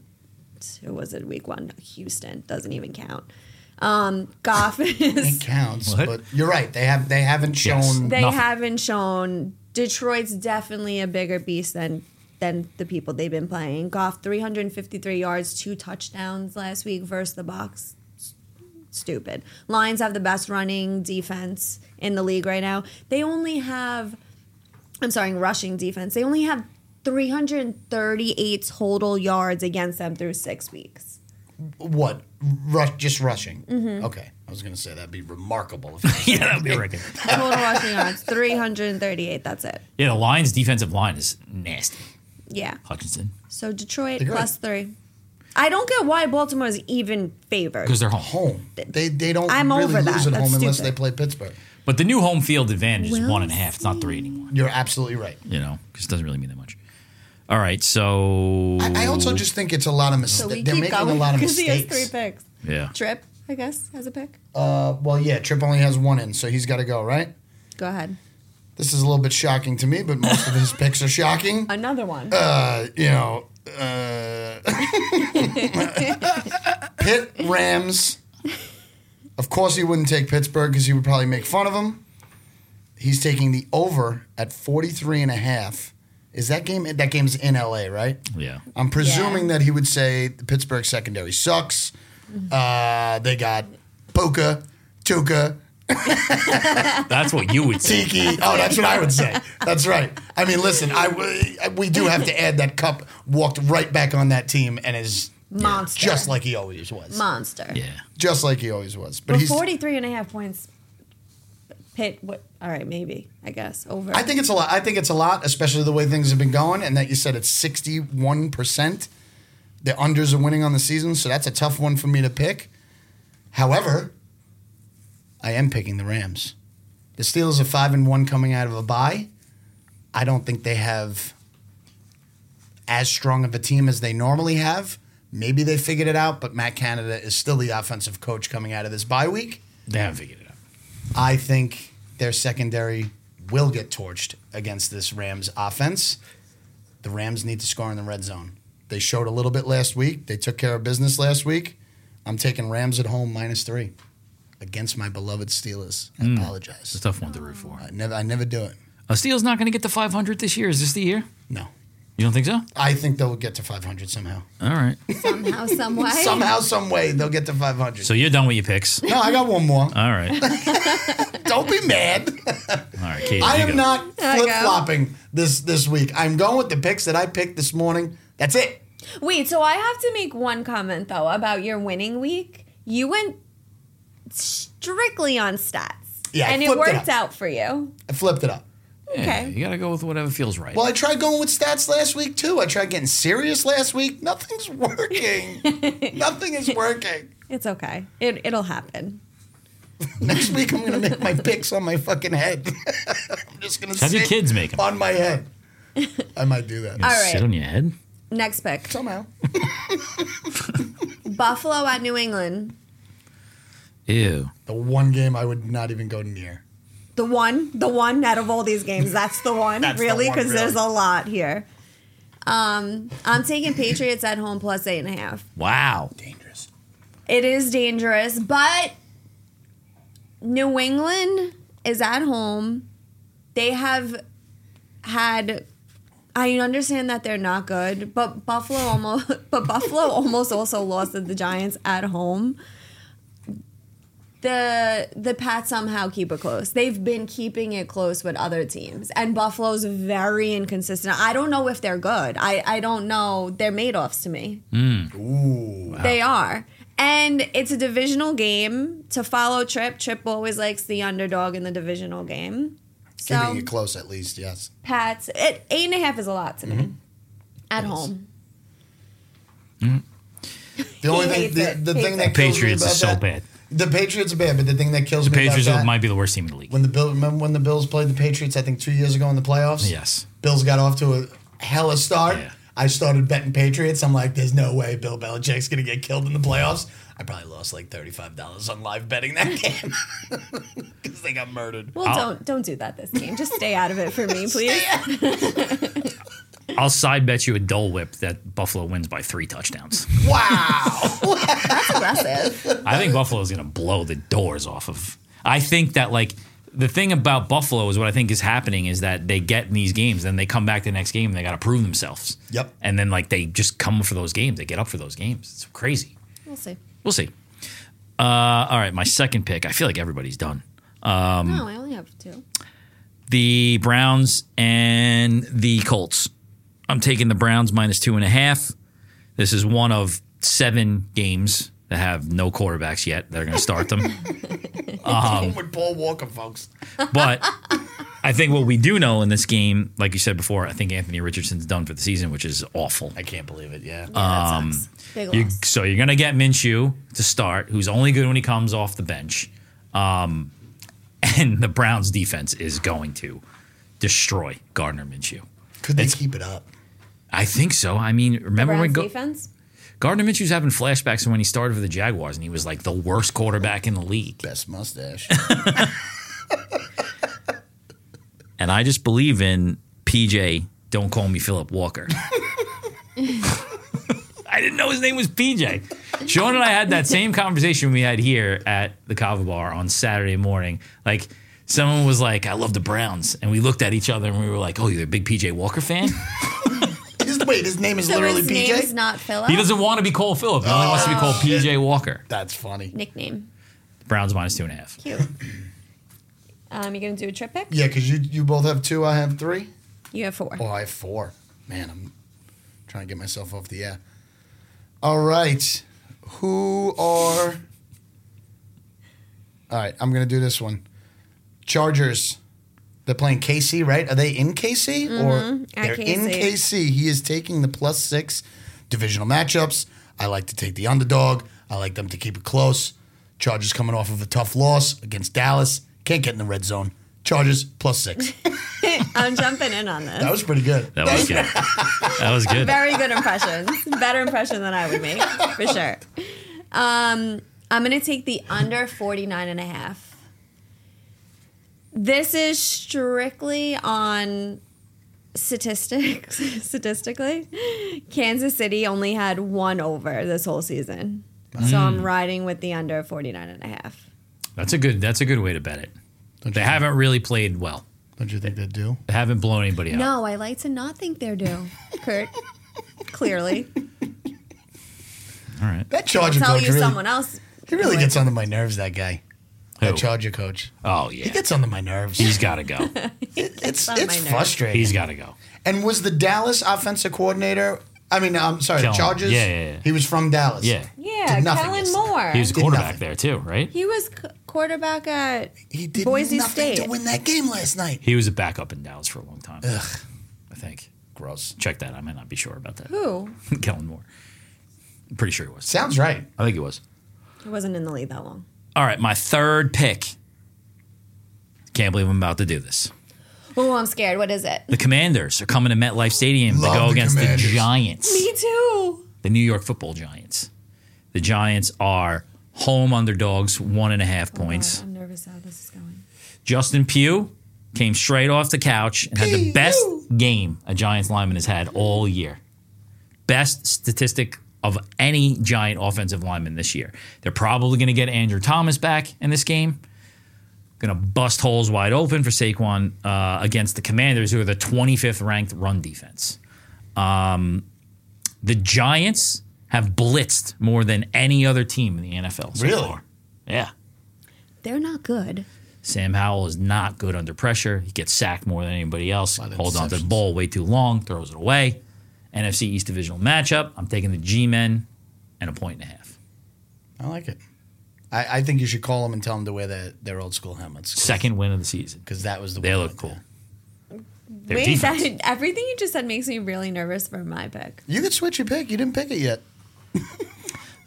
[SPEAKER 2] who was it? Week one, Houston doesn't even count. Um, Goff is
[SPEAKER 4] It counts,
[SPEAKER 1] What?
[SPEAKER 4] but you're right. They have they haven't shown.
[SPEAKER 1] Yes.
[SPEAKER 2] they
[SPEAKER 1] Nothing.
[SPEAKER 2] haven't shown Detroit's definitely a bigger beast than than the people they've been playing. Goff 353 yards, two touchdowns last week versus the box. S- Stupid. Lions have the best running defense in the league right now. They only have I'm sorry, rushing defense. They only have 338 total yards against them through 6 weeks.
[SPEAKER 4] What? Rush, just rushing.
[SPEAKER 2] Mm-hmm.
[SPEAKER 4] Okay. I was going to say that'd be remarkable. If
[SPEAKER 1] yeah, that would be a record.
[SPEAKER 2] Total rushing yards 338, that's it.
[SPEAKER 1] Yeah, the Lions' defensive line is nasty.
[SPEAKER 2] Yeah.
[SPEAKER 1] Hutchinson,
[SPEAKER 2] So Detroit
[SPEAKER 4] They're good.
[SPEAKER 2] plus three. I don't get why Baltimore is even favored.
[SPEAKER 1] because they're home.
[SPEAKER 4] home. They they don't
[SPEAKER 2] I'm
[SPEAKER 4] really
[SPEAKER 2] over that.
[SPEAKER 4] lose at
[SPEAKER 2] That's
[SPEAKER 4] home unless
[SPEAKER 2] stupid.
[SPEAKER 4] they play Pittsburgh.
[SPEAKER 1] But the new home field advantage is one and a half. It's not three anymore.
[SPEAKER 4] You're absolutely right.
[SPEAKER 1] You know, because it doesn't really mean that much. All right, so
[SPEAKER 4] I, I also just think it's a lot of
[SPEAKER 2] So we
[SPEAKER 4] mistakes. They're
[SPEAKER 2] keep
[SPEAKER 4] making a
[SPEAKER 2] going
[SPEAKER 4] lot of
[SPEAKER 2] because he has three
[SPEAKER 4] mistakes.
[SPEAKER 2] picks.
[SPEAKER 1] yeah,
[SPEAKER 2] Trip, I guess, has a pick.
[SPEAKER 4] Uh, well, yeah, Trip only has one in, so he's got to go, right?
[SPEAKER 2] Go ahead.
[SPEAKER 4] This is a little bit shocking to me, but most of his picks are shocking.
[SPEAKER 2] Another one.
[SPEAKER 4] Uh, you know, uh, Pitt Rams. Of course, he wouldn't take Pittsburgh because he would probably make fun of him. He's taking the over at 43 and a half. Is that game? That game's in LA, right?
[SPEAKER 1] yeah.
[SPEAKER 4] I'm presuming that he would say the Pittsburgh secondary sucks. Uh, they got Puka, Tuka,
[SPEAKER 1] That's what you would say.
[SPEAKER 4] Tiki. Oh, that's what I would say. That's right. I mean, listen, I w- we do have to add that Cup walked right back on that team and is
[SPEAKER 2] Monster.
[SPEAKER 4] just like he always was.
[SPEAKER 2] Monster.
[SPEAKER 1] Yeah,
[SPEAKER 4] Just like he always was. But
[SPEAKER 2] But
[SPEAKER 4] he's.
[SPEAKER 2] 43 and a half points. Pitt, what? All right, maybe, I guess. Over.
[SPEAKER 4] I think it's a lot. I think it's a lot, especially the way things have been going, and that you said it's sixty-one percent. The unders are winning on the season, so that's a tough one for me to pick. However, I am picking the Rams. The Steelers are five and one coming out of a bye. I don't think they have as strong of a team as they normally have. Maybe they figured it out, but Matt Canada is still the offensive coach coming out of this bye week.
[SPEAKER 1] they haven't figured it out.
[SPEAKER 4] I think their secondary will get torched against this Rams offense. The Rams need to score in the red zone. They showed a little bit last week. They took care of business last week. I'm taking Rams at home minus three against my beloved Steelers. I
[SPEAKER 1] It's
[SPEAKER 4] apologize.
[SPEAKER 1] a tough one to root for.
[SPEAKER 4] I never, I never do it.
[SPEAKER 1] A Steel's not going to get to 500 this year. Is this the year?
[SPEAKER 4] No.
[SPEAKER 1] You don't think so?
[SPEAKER 4] I think they'll get to 500 somehow.
[SPEAKER 1] All right.
[SPEAKER 2] somehow, some way.
[SPEAKER 4] Somehow, some way, they'll get to 500.
[SPEAKER 1] So you're done with your picks.
[SPEAKER 4] no, I got one more.
[SPEAKER 1] All right. All
[SPEAKER 4] Don't be mad.
[SPEAKER 1] right, Katie.
[SPEAKER 4] I
[SPEAKER 1] you
[SPEAKER 4] am
[SPEAKER 1] go.
[SPEAKER 4] not
[SPEAKER 2] There you
[SPEAKER 4] flip
[SPEAKER 2] go.
[SPEAKER 4] flopping this this week. I'm going with the picks that I picked this morning. That's it.
[SPEAKER 2] Wait, so I have to make one comment though about your winning week. You went strictly on stats.
[SPEAKER 4] Yeah, I
[SPEAKER 2] and it
[SPEAKER 4] flipped it
[SPEAKER 2] worked
[SPEAKER 4] up.
[SPEAKER 2] out for you.
[SPEAKER 4] I flipped it up.
[SPEAKER 1] Yeah,
[SPEAKER 2] Okay.
[SPEAKER 1] you got to go with whatever feels right.
[SPEAKER 4] Well, I tried going with stats last week too. I tried getting serious last week. Nothing's working. Nothing is working.
[SPEAKER 2] It's okay. It, it'll happen.
[SPEAKER 4] Next week I'm gonna make my picks on my fucking head. I'm just gonna
[SPEAKER 1] Have your
[SPEAKER 4] sit
[SPEAKER 1] kids make 'em.
[SPEAKER 4] on my head. I might do that
[SPEAKER 2] All
[SPEAKER 1] Sit
[SPEAKER 2] right.
[SPEAKER 1] on your head.
[SPEAKER 2] Next pick
[SPEAKER 4] somehow.
[SPEAKER 2] Buffalo at New England.
[SPEAKER 1] Ew.
[SPEAKER 4] The one game I would not even go near.
[SPEAKER 2] The one, the one out of all these games, that's the one,
[SPEAKER 4] That's the
[SPEAKER 2] really,
[SPEAKER 4] one,
[SPEAKER 2] because there's a
[SPEAKER 4] really.
[SPEAKER 2] lot here. Um, I'm taking Patriots at home plus eight and a half.
[SPEAKER 1] Wow.
[SPEAKER 4] Dangerous.
[SPEAKER 2] It is dangerous, but New England is at home. They have had. I understand that they're not good, but Buffalo almost, but Buffalo almost also lost to the Giants at home. The the Pats somehow keep it close. They've been keeping it close with other teams, and Buffalo's very inconsistent. I don't know if they're good. I I don't know. They're Madoffs to me. They are. And it's a divisional game to follow Trip. Trip always likes the underdog in the divisional game. So
[SPEAKER 4] Keeping it close at least, yes.
[SPEAKER 2] Pats, it, eight and a half is a lot to me.
[SPEAKER 1] Mm-hmm.
[SPEAKER 2] At home.
[SPEAKER 4] The only
[SPEAKER 2] He
[SPEAKER 4] thing
[SPEAKER 2] hates
[SPEAKER 4] the,
[SPEAKER 2] it.
[SPEAKER 4] the
[SPEAKER 2] Hates
[SPEAKER 4] thing
[SPEAKER 2] it.
[SPEAKER 4] that kills
[SPEAKER 1] Patriots
[SPEAKER 4] me
[SPEAKER 1] are
[SPEAKER 4] about
[SPEAKER 1] so
[SPEAKER 4] that-
[SPEAKER 1] bad.
[SPEAKER 4] The Patriots are bad, but the thing that kills
[SPEAKER 1] The
[SPEAKER 4] me
[SPEAKER 1] Patriots
[SPEAKER 4] about that,
[SPEAKER 1] might be the worst team in the league.
[SPEAKER 4] when the Bill remember when the Bills played the Patriots, I think two years ago in the playoffs.
[SPEAKER 1] Yes.
[SPEAKER 4] Bills got off to a hella start.
[SPEAKER 1] Yeah.
[SPEAKER 4] I started betting Patriots. I'm like, there's no way Bill Belichick's gonna get killed in the playoffs. I probably lost like thirty five dollars on live betting that game because they got murdered.
[SPEAKER 2] Well, don't don't do that this game. Just stay out of it for me, please.
[SPEAKER 1] I'll side bet you a dole whip that Buffalo wins by three touchdowns.
[SPEAKER 4] Wow.
[SPEAKER 2] Aggressive.
[SPEAKER 1] I think Buffalo's going to blow the doors off of. I think that like the thing about Buffalo is what I think is happening is that they get in these games, then they come back the next game and they got to prove themselves.
[SPEAKER 4] Yep.
[SPEAKER 1] And then like they just come for those games, they get up for those games. It's crazy.
[SPEAKER 2] We'll see.
[SPEAKER 1] We'll see. Uh, all right, my second pick. I feel like everybody's done. Um,
[SPEAKER 2] no, I only have two.
[SPEAKER 1] The Browns and the Colts. I'm taking the Browns minus two and a half. This is one of seven games that have no quarterbacks yet that are going to start them. Um,
[SPEAKER 4] Home with Paul Walker, folks.
[SPEAKER 1] But I think what we do know in this game, like you said before, I think Anthony Richardson's done for the season, which is awful.
[SPEAKER 4] I can't believe it. Yeah.
[SPEAKER 2] Yeah, that sucks. Big
[SPEAKER 1] um, You,
[SPEAKER 2] loss.
[SPEAKER 1] so you're going to get Minshew to start, who's only good when he comes off the bench. Um, and the Browns defense is going to destroy Gardner Minshew.
[SPEAKER 4] Could they keep it up?
[SPEAKER 1] I think so. I mean, remember
[SPEAKER 2] Browns
[SPEAKER 1] when Go-
[SPEAKER 2] defense?
[SPEAKER 1] Gardner Minshew's having flashbacks of when he started for the Jaguars and he was like the worst quarterback in the league.
[SPEAKER 4] Best mustache.
[SPEAKER 1] And I just believe in PJ, don't call me Philip Walker. I didn't know his name was PJ. Sean and I had that same conversation we had here at the Kava Bar on Saturday morning. Like, someone was like, I love the Browns. And we looked at each other and we were like, oh, you're a big PJ Walker fan?
[SPEAKER 4] His- wait, his name is
[SPEAKER 2] So
[SPEAKER 4] literally
[SPEAKER 2] his
[SPEAKER 4] PJ.
[SPEAKER 2] name's not Philip.
[SPEAKER 1] he doesn't want to be called Philip. He only wants to be called PJ Walker.
[SPEAKER 4] That's funny.
[SPEAKER 2] Nickname.
[SPEAKER 1] Browns minus two and a half.
[SPEAKER 2] Cute. Um, you gonna do a trip pick?
[SPEAKER 4] Yeah, because you you both have two. I have three.
[SPEAKER 2] You have four.
[SPEAKER 4] Oh, I have four. Man, I'm trying to get myself off the air. All right. Who are. All right, I'm going to do this one. Chargers. They're playing KC, right? Are they in KC? Or
[SPEAKER 2] at
[SPEAKER 4] they're in
[SPEAKER 2] KC.
[SPEAKER 4] KC. He is taking the plus six divisional matchups. I like to take the underdog. I like them to keep it close. Chargers coming off of a tough loss against Dallas. Can't get in the red zone. Chargers plus six.
[SPEAKER 2] I'm jumping in on this.
[SPEAKER 4] That was pretty good.
[SPEAKER 1] That was good. that was good.
[SPEAKER 2] Very good impressions. Better impression than I would make, for sure. Um, I'm going to take the under 49 and a half. This is strictly on statistics. Statistically, Kansas City only had one over this whole season. So
[SPEAKER 4] Mm.
[SPEAKER 2] I'm riding with the under 49 and a half.
[SPEAKER 1] That's a good that's a good way to bet it.
[SPEAKER 4] Don't you
[SPEAKER 1] They
[SPEAKER 4] think-
[SPEAKER 1] haven't really played well.
[SPEAKER 4] Don't you think they do?
[SPEAKER 1] They haven't blown anybody out.
[SPEAKER 2] No, I like to not think they're due, Kurt. Clearly.
[SPEAKER 1] All right.
[SPEAKER 4] That Charger
[SPEAKER 2] Tell
[SPEAKER 4] coach
[SPEAKER 2] you
[SPEAKER 4] really,
[SPEAKER 2] someone else.
[SPEAKER 4] he really gets under my nerves. That guy,
[SPEAKER 1] Who?
[SPEAKER 4] that Charger coach,
[SPEAKER 1] Oh
[SPEAKER 4] he
[SPEAKER 1] yeah.
[SPEAKER 4] gets under my nerves.
[SPEAKER 1] He's got to go.
[SPEAKER 4] It- it's
[SPEAKER 2] on my
[SPEAKER 4] it's
[SPEAKER 2] nerves.
[SPEAKER 4] frustrating.
[SPEAKER 1] He's got to go.
[SPEAKER 4] and was the Dallas offensive coordinator? I mean, I'm sorry, the
[SPEAKER 1] Kellen.
[SPEAKER 4] Chargers.
[SPEAKER 1] Yeah, yeah, yeah.
[SPEAKER 4] He was from Dallas.
[SPEAKER 1] Yeah.
[SPEAKER 2] Yeah,
[SPEAKER 4] Did nothing
[SPEAKER 2] Kellen
[SPEAKER 4] yesterday.
[SPEAKER 2] Moore.
[SPEAKER 1] He was a
[SPEAKER 4] Did
[SPEAKER 1] quarterback
[SPEAKER 4] nothing.
[SPEAKER 1] there too, right?
[SPEAKER 2] He was c- quarterback at
[SPEAKER 4] He did
[SPEAKER 2] Boise
[SPEAKER 4] nothing
[SPEAKER 2] State.
[SPEAKER 4] to win that game last night.
[SPEAKER 1] He was a backup in Dallas for a long time.
[SPEAKER 4] Ugh.
[SPEAKER 1] I think.
[SPEAKER 4] Gross.
[SPEAKER 1] Check that. I might not be sure about that.
[SPEAKER 2] who?
[SPEAKER 1] Kellen Moore. I'm pretty sure it was.
[SPEAKER 4] Sounds right.
[SPEAKER 1] I think it was.
[SPEAKER 2] He wasn't in the league that long.
[SPEAKER 1] All right, my third pick. Can't believe I'm about to do this.
[SPEAKER 2] Oh, I'm scared. What is it?
[SPEAKER 1] The Commanders are coming to MetLife Stadium
[SPEAKER 6] Love
[SPEAKER 1] to go
[SPEAKER 6] the
[SPEAKER 1] against
[SPEAKER 6] Commanders.
[SPEAKER 1] the Giants.
[SPEAKER 2] Me too.
[SPEAKER 1] the New York football giants. The Giants are home underdogs, one and a half points.
[SPEAKER 2] Oh I'm nervous how this is going.
[SPEAKER 1] Justin Pugh came straight off the couch and had the best game a Giants lineman has had all year. Best statistic of any Giant offensive lineman this year. They're probably going to get Andrew Thomas back in this game. Going to bust holes wide open for Saquon uh, against the Commanders, who are the 25th ranked run defense. Um, the Giants have blitzed more than any other team in the NFL. So
[SPEAKER 4] Really?
[SPEAKER 1] far. Yeah.
[SPEAKER 2] They're not good.
[SPEAKER 1] Sam Howell is not good under pressure. He gets sacked more than anybody else.
[SPEAKER 4] of
[SPEAKER 1] Holds on to the
[SPEAKER 4] interceptions.
[SPEAKER 1] ball way too long, throws it away. NFC East divisional matchup. I'm taking the G men and a point and a half.
[SPEAKER 4] I like it. I, I think you should call them and tell them to wear their, their old school helmets.
[SPEAKER 1] Second win of the season.
[SPEAKER 4] Because that was the
[SPEAKER 1] They
[SPEAKER 4] one
[SPEAKER 1] look
[SPEAKER 4] right
[SPEAKER 1] cool.
[SPEAKER 4] there.
[SPEAKER 1] Their
[SPEAKER 2] Wait,
[SPEAKER 1] defense.
[SPEAKER 2] that, everything you just said makes me really nervous for my pick.
[SPEAKER 4] You could switch your pick. You didn't pick it yet.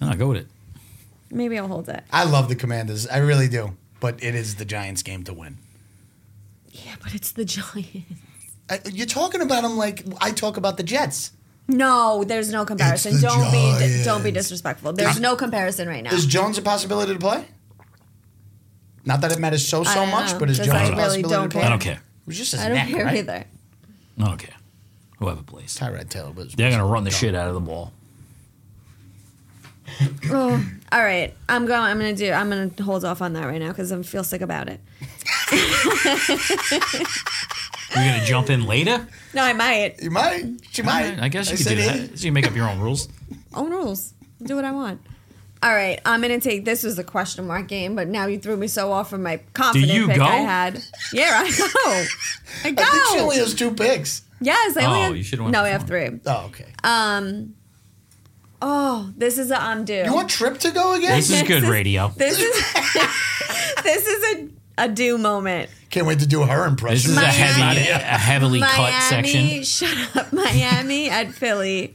[SPEAKER 1] No, go with it.
[SPEAKER 2] Maybe I'll hold it.
[SPEAKER 4] I love the Commanders. I really do. But it is the Giants' game to win.
[SPEAKER 2] Yeah, but it's the Giants.
[SPEAKER 4] I, you're talking about them like I talk about the Jets.
[SPEAKER 2] No, there's no comparison.
[SPEAKER 4] the
[SPEAKER 2] Don't be
[SPEAKER 4] Giants.
[SPEAKER 2] don't be disrespectful. There's no comparison right now.
[SPEAKER 4] Is Jones a possibility to play? Not that it matters so
[SPEAKER 2] I
[SPEAKER 4] so
[SPEAKER 2] don't
[SPEAKER 4] much,
[SPEAKER 2] know,
[SPEAKER 4] but is
[SPEAKER 2] 'cause
[SPEAKER 4] Jones a
[SPEAKER 2] I really
[SPEAKER 4] possibility
[SPEAKER 2] don't
[SPEAKER 4] to play?
[SPEAKER 2] care.
[SPEAKER 1] I don't care.
[SPEAKER 4] It was just his
[SPEAKER 2] I don't
[SPEAKER 4] neck,
[SPEAKER 2] care
[SPEAKER 4] right?
[SPEAKER 2] either.
[SPEAKER 1] I don't care. Whoever plays.
[SPEAKER 4] Tyrod Taylor was.
[SPEAKER 1] They're going to run the shit out of the ball.
[SPEAKER 2] All right, I'm going. I'm gonna do. I'm gonna hold off on that right now because I feel sick about it.
[SPEAKER 1] You're going to jump in later?
[SPEAKER 2] No, I might.
[SPEAKER 4] You might. She might.
[SPEAKER 1] I guess you could
[SPEAKER 4] said
[SPEAKER 1] do
[SPEAKER 4] he-
[SPEAKER 1] that. So you make up your own rules.
[SPEAKER 2] Own rules. Do what I want. All right, I'm gonna take. This was a question mark game, but now you threw me so off from my confident
[SPEAKER 1] you
[SPEAKER 2] pick
[SPEAKER 1] go?
[SPEAKER 2] I had. Yeah, I go. I go.
[SPEAKER 4] I think she only has two picks.
[SPEAKER 2] yes, I only
[SPEAKER 1] Oh,
[SPEAKER 2] have-
[SPEAKER 1] you should've went
[SPEAKER 2] No,
[SPEAKER 1] for
[SPEAKER 2] I have
[SPEAKER 1] one.
[SPEAKER 2] three. Um,
[SPEAKER 4] Oh, okay.
[SPEAKER 2] Oh, this is a I'm due.
[SPEAKER 4] you want Trip to go again?
[SPEAKER 1] This is good radio.
[SPEAKER 2] this is this is a a do moment.
[SPEAKER 4] Can't wait to do her impression.
[SPEAKER 1] This is a heavy, a heavily cut section.
[SPEAKER 2] Miami, shut up. Miami at Philly.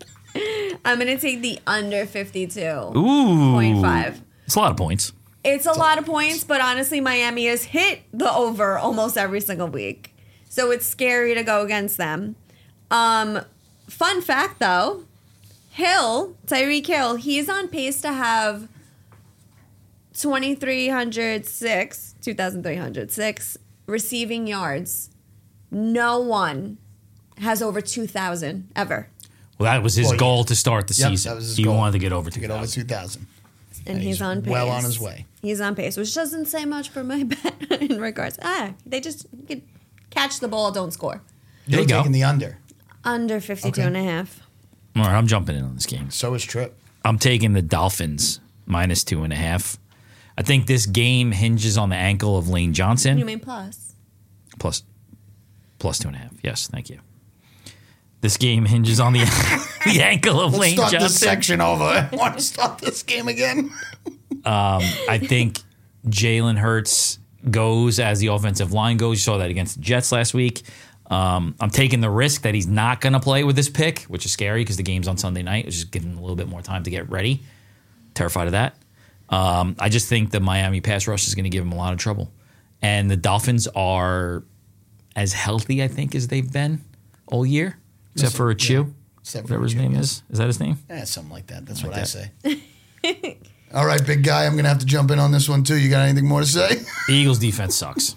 [SPEAKER 2] I'm gonna take the under 52.
[SPEAKER 1] Ooh.
[SPEAKER 2] 0.5.
[SPEAKER 1] It's a lot of points.
[SPEAKER 2] It's a lot of points, but honestly, Miami has hit the over almost every single week, so it's scary to go against them. Um, fun fact though, Hill Tyreek Hill, he's on pace to have 2,306, 2,306 receiving yards. No one has over 2,000 ever.
[SPEAKER 1] Well, that was his
[SPEAKER 4] Well, yeah.
[SPEAKER 1] goal to start the
[SPEAKER 4] Yep,
[SPEAKER 1] season.
[SPEAKER 4] that was his
[SPEAKER 1] he
[SPEAKER 4] goal.
[SPEAKER 1] wanted to get over
[SPEAKER 4] to get over
[SPEAKER 1] 2,000.
[SPEAKER 4] 2,000.
[SPEAKER 2] and
[SPEAKER 4] And
[SPEAKER 2] he's,
[SPEAKER 4] he's
[SPEAKER 2] on pace.
[SPEAKER 4] well on his way.
[SPEAKER 2] He's on pace, which doesn't say much for my bet in regards. Ah, they just could catch the ball, don't score.
[SPEAKER 1] There
[SPEAKER 4] You're
[SPEAKER 1] you go.
[SPEAKER 4] taking the under.
[SPEAKER 2] Under 52
[SPEAKER 4] Okay.
[SPEAKER 2] and a half.
[SPEAKER 1] All right, I'm jumping in on this game.
[SPEAKER 4] So is Trip.
[SPEAKER 1] I'm taking the Dolphins minus two and a half. I think this game hinges on the ankle of Lane Johnson.
[SPEAKER 2] You mean plus?
[SPEAKER 1] plus plus two and a half. Yes, thank you. This game hinges on the, the ankle of
[SPEAKER 4] Let's
[SPEAKER 1] Lane
[SPEAKER 4] start this
[SPEAKER 1] Johnson.
[SPEAKER 4] section over. Want to start this game again?
[SPEAKER 1] I think Jalen Hurts goes as the offensive line goes. You saw that against the Jets last week. Um, I'm taking the risk that he's not going to play with this pick, which is scary because the game's on Sunday night, which is giving him a little bit more time to get ready. Terrified of that. Um, I just think the Miami pass rush is going to give him a lot of trouble. And the Dolphins are as healthy, I think, as they've been all year, except for a Chew,
[SPEAKER 4] Except for
[SPEAKER 1] whatever his
[SPEAKER 4] Achu,
[SPEAKER 1] name
[SPEAKER 4] yes.
[SPEAKER 1] is. Is that his name?
[SPEAKER 4] Yeah, Eh, something like that. That's what I say. All right, big guy. I'm going to have to jump in on this one, too. You got anything more to say?
[SPEAKER 1] The Eagles' defense sucks.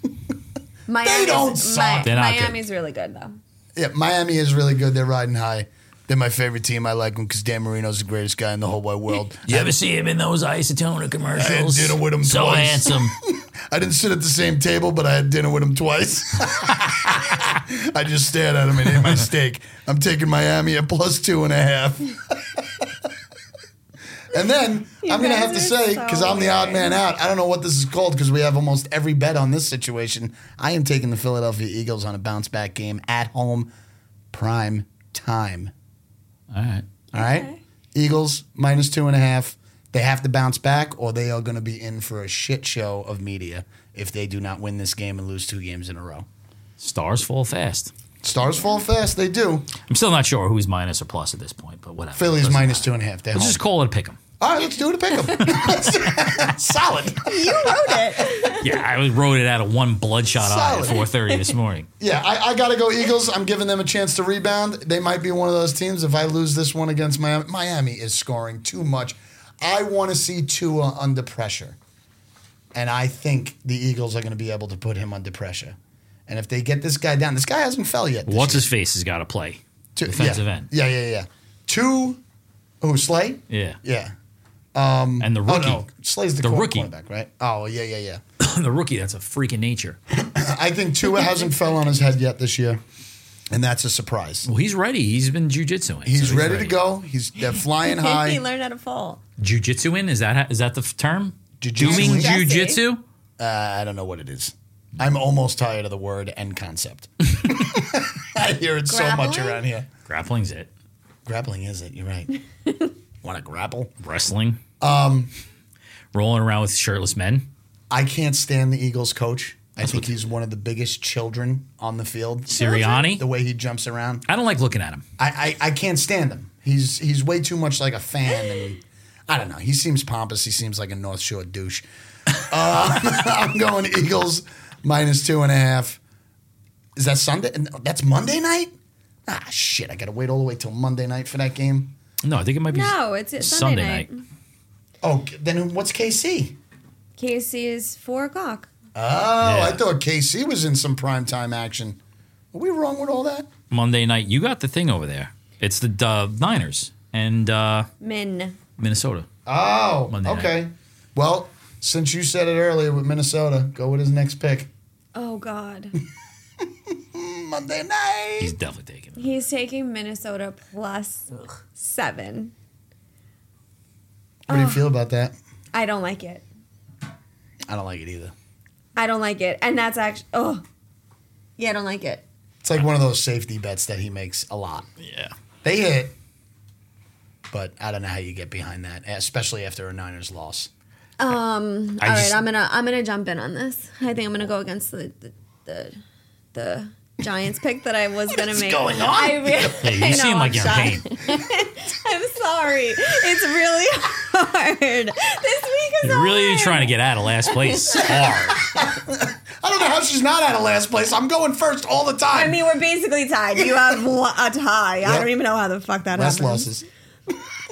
[SPEAKER 2] Miami's,
[SPEAKER 4] don't suck.
[SPEAKER 1] They're not good.
[SPEAKER 2] Miami's really good, though.
[SPEAKER 4] yeah, Miami is really good. They're riding high. They're my favorite team. I like them because Dan Marino's the greatest guy in the whole wide world.
[SPEAKER 1] You ever see him in those Isotona commercials?
[SPEAKER 4] I had dinner with him
[SPEAKER 1] so
[SPEAKER 4] twice.
[SPEAKER 1] handsome.
[SPEAKER 4] I didn't sit at the same table, but I had dinner with him twice. I just stared at him and ate my steak. I'm taking Miami at plus two and a half. and then I'm going to
[SPEAKER 2] guys
[SPEAKER 4] have to
[SPEAKER 2] are
[SPEAKER 4] say,
[SPEAKER 2] so
[SPEAKER 4] because I'm the odd man out, I don't know what this is called because we have almost every bet on this situation. I am taking the Philadelphia Eagles on a bounce back game at home, prime time.
[SPEAKER 1] All right.
[SPEAKER 4] All right? Eagles minus two and a half. They have to bounce back, or they are going to be in for a shit show of media if they do not win this game and lose two games in a row.
[SPEAKER 1] Stars fall fast.
[SPEAKER 4] Stars fall fast. They do.
[SPEAKER 1] I'm still not sure who's minus or plus at this point, but whatever.
[SPEAKER 4] Philly's
[SPEAKER 1] Doesn't
[SPEAKER 4] minus
[SPEAKER 1] matter.
[SPEAKER 4] two and a half. They're
[SPEAKER 1] Let's
[SPEAKER 4] home.
[SPEAKER 1] just call it a pick 'em.
[SPEAKER 4] All right, let's do it to pick them. Solid.
[SPEAKER 2] You wrote it.
[SPEAKER 1] Yeah, I wrote it out of one bloodshot eye at
[SPEAKER 4] Solid.
[SPEAKER 1] 4:30 this morning.
[SPEAKER 4] Yeah, I, I got to go Eagles. I'm giving them a chance to rebound. They might be one of those teams. If I lose this one against Miami, Miami is scoring too much. I want to see Tua under pressure. And I think the Eagles are going to be able to put him under pressure. And if they get this guy down, this guy hasn't fell yet. this
[SPEAKER 1] What's
[SPEAKER 4] year.
[SPEAKER 1] his face has got to play
[SPEAKER 4] Two-
[SPEAKER 1] defensive
[SPEAKER 4] yeah.
[SPEAKER 1] end.
[SPEAKER 4] Yeah, yeah, yeah. Two, who, Slay?
[SPEAKER 1] Yeah,
[SPEAKER 4] Yeah.
[SPEAKER 1] and the rookie,
[SPEAKER 4] Oh, no. Slay's the,
[SPEAKER 1] The
[SPEAKER 4] quar-
[SPEAKER 1] rookie.
[SPEAKER 4] quarterback, right? Oh, yeah, yeah, yeah.
[SPEAKER 1] the rookie. That's a freak of nature.
[SPEAKER 4] I think Tua hasn't fell on his head yet this year. And that's a surprise.
[SPEAKER 1] Well, he's ready. He's been jujitsuing.
[SPEAKER 4] He's,
[SPEAKER 1] so
[SPEAKER 4] ready, to go. He's they're flying high.
[SPEAKER 2] he learned how to fall.
[SPEAKER 1] Jujitsuing is that how- is that the f- term?
[SPEAKER 4] Jiu-jitsu.
[SPEAKER 1] Doing
[SPEAKER 2] Jesse.
[SPEAKER 1] jujitsu.
[SPEAKER 4] I don't know what it is. I'm almost tired of the word and concept. I hear it so much
[SPEAKER 2] Grappling?
[SPEAKER 4] around here.
[SPEAKER 1] Grappling's it.
[SPEAKER 4] Grappling is it? You're right. Want to grapple?
[SPEAKER 1] Wrestling. Um, rolling around with shirtless men.
[SPEAKER 4] I can't stand the Eagles coach. I think he's one of the biggest children on the field.
[SPEAKER 1] Sirianni?
[SPEAKER 4] The way he jumps around.
[SPEAKER 1] I don't like looking at him.
[SPEAKER 4] I, I, I can't stand him. He's he's way too much like a fan, and I don't know. He seems pompous. He seems like a North Shore douche. Uh, I'm going Eagles minus two and a half. Is that Sunday? No, That's Monday night. Ah, shit! I gotta wait all the way till Monday night for that game.
[SPEAKER 1] No, I think it might be
[SPEAKER 2] No, it's it's Sunday,
[SPEAKER 1] Sunday night.
[SPEAKER 2] night.
[SPEAKER 4] Oh, then what's KC?
[SPEAKER 2] KC is four o'clock.
[SPEAKER 4] Oh, I
[SPEAKER 1] Yeah.
[SPEAKER 4] thought KC was in some prime time action. Are we wrong with all that?
[SPEAKER 1] Monday night. You got the thing over there. It's the uh, Niners and uh,
[SPEAKER 2] Min.
[SPEAKER 1] Minnesota.
[SPEAKER 4] Oh,
[SPEAKER 1] Monday night.
[SPEAKER 4] okay. Well, since you said it earlier with Minnesota, go with his next pick.
[SPEAKER 2] Oh God.
[SPEAKER 4] Mm, Monday night.
[SPEAKER 1] He's definitely taking it.
[SPEAKER 2] He's taking Minnesota plus seven.
[SPEAKER 4] What
[SPEAKER 2] Oh.
[SPEAKER 4] do you feel about that?
[SPEAKER 2] I don't like it.
[SPEAKER 4] I don't like it either.
[SPEAKER 2] I don't like it. And that's actually oh. Yeah, I don't like it.
[SPEAKER 4] It's like one of those safety bets that he makes a lot.
[SPEAKER 1] Yeah.
[SPEAKER 4] They hit, but I don't know how you get behind that, especially after a Niners loss.
[SPEAKER 2] Um.
[SPEAKER 1] I
[SPEAKER 2] all
[SPEAKER 1] just-
[SPEAKER 2] right, I'm gonna I'm gonna jump in on this. I think I'm gonna go against the the the, the Giants pick that I was gonna make.
[SPEAKER 4] going on?
[SPEAKER 2] I really,
[SPEAKER 1] Yeah, you
[SPEAKER 2] I know,
[SPEAKER 1] seem like
[SPEAKER 2] I'm
[SPEAKER 1] you're
[SPEAKER 2] shy.
[SPEAKER 1] in pain.
[SPEAKER 2] I'm sorry. It's really hard. This week is
[SPEAKER 1] You're really
[SPEAKER 2] hard.
[SPEAKER 1] trying to get out of last place. Hard.
[SPEAKER 4] I don't know how she's not out of last place. I'm going first all the
[SPEAKER 2] I
[SPEAKER 4] time.
[SPEAKER 2] mean, we're basically tied. You have one- a tie. I don't even know how the fuck that
[SPEAKER 4] last
[SPEAKER 2] happened.
[SPEAKER 4] losses.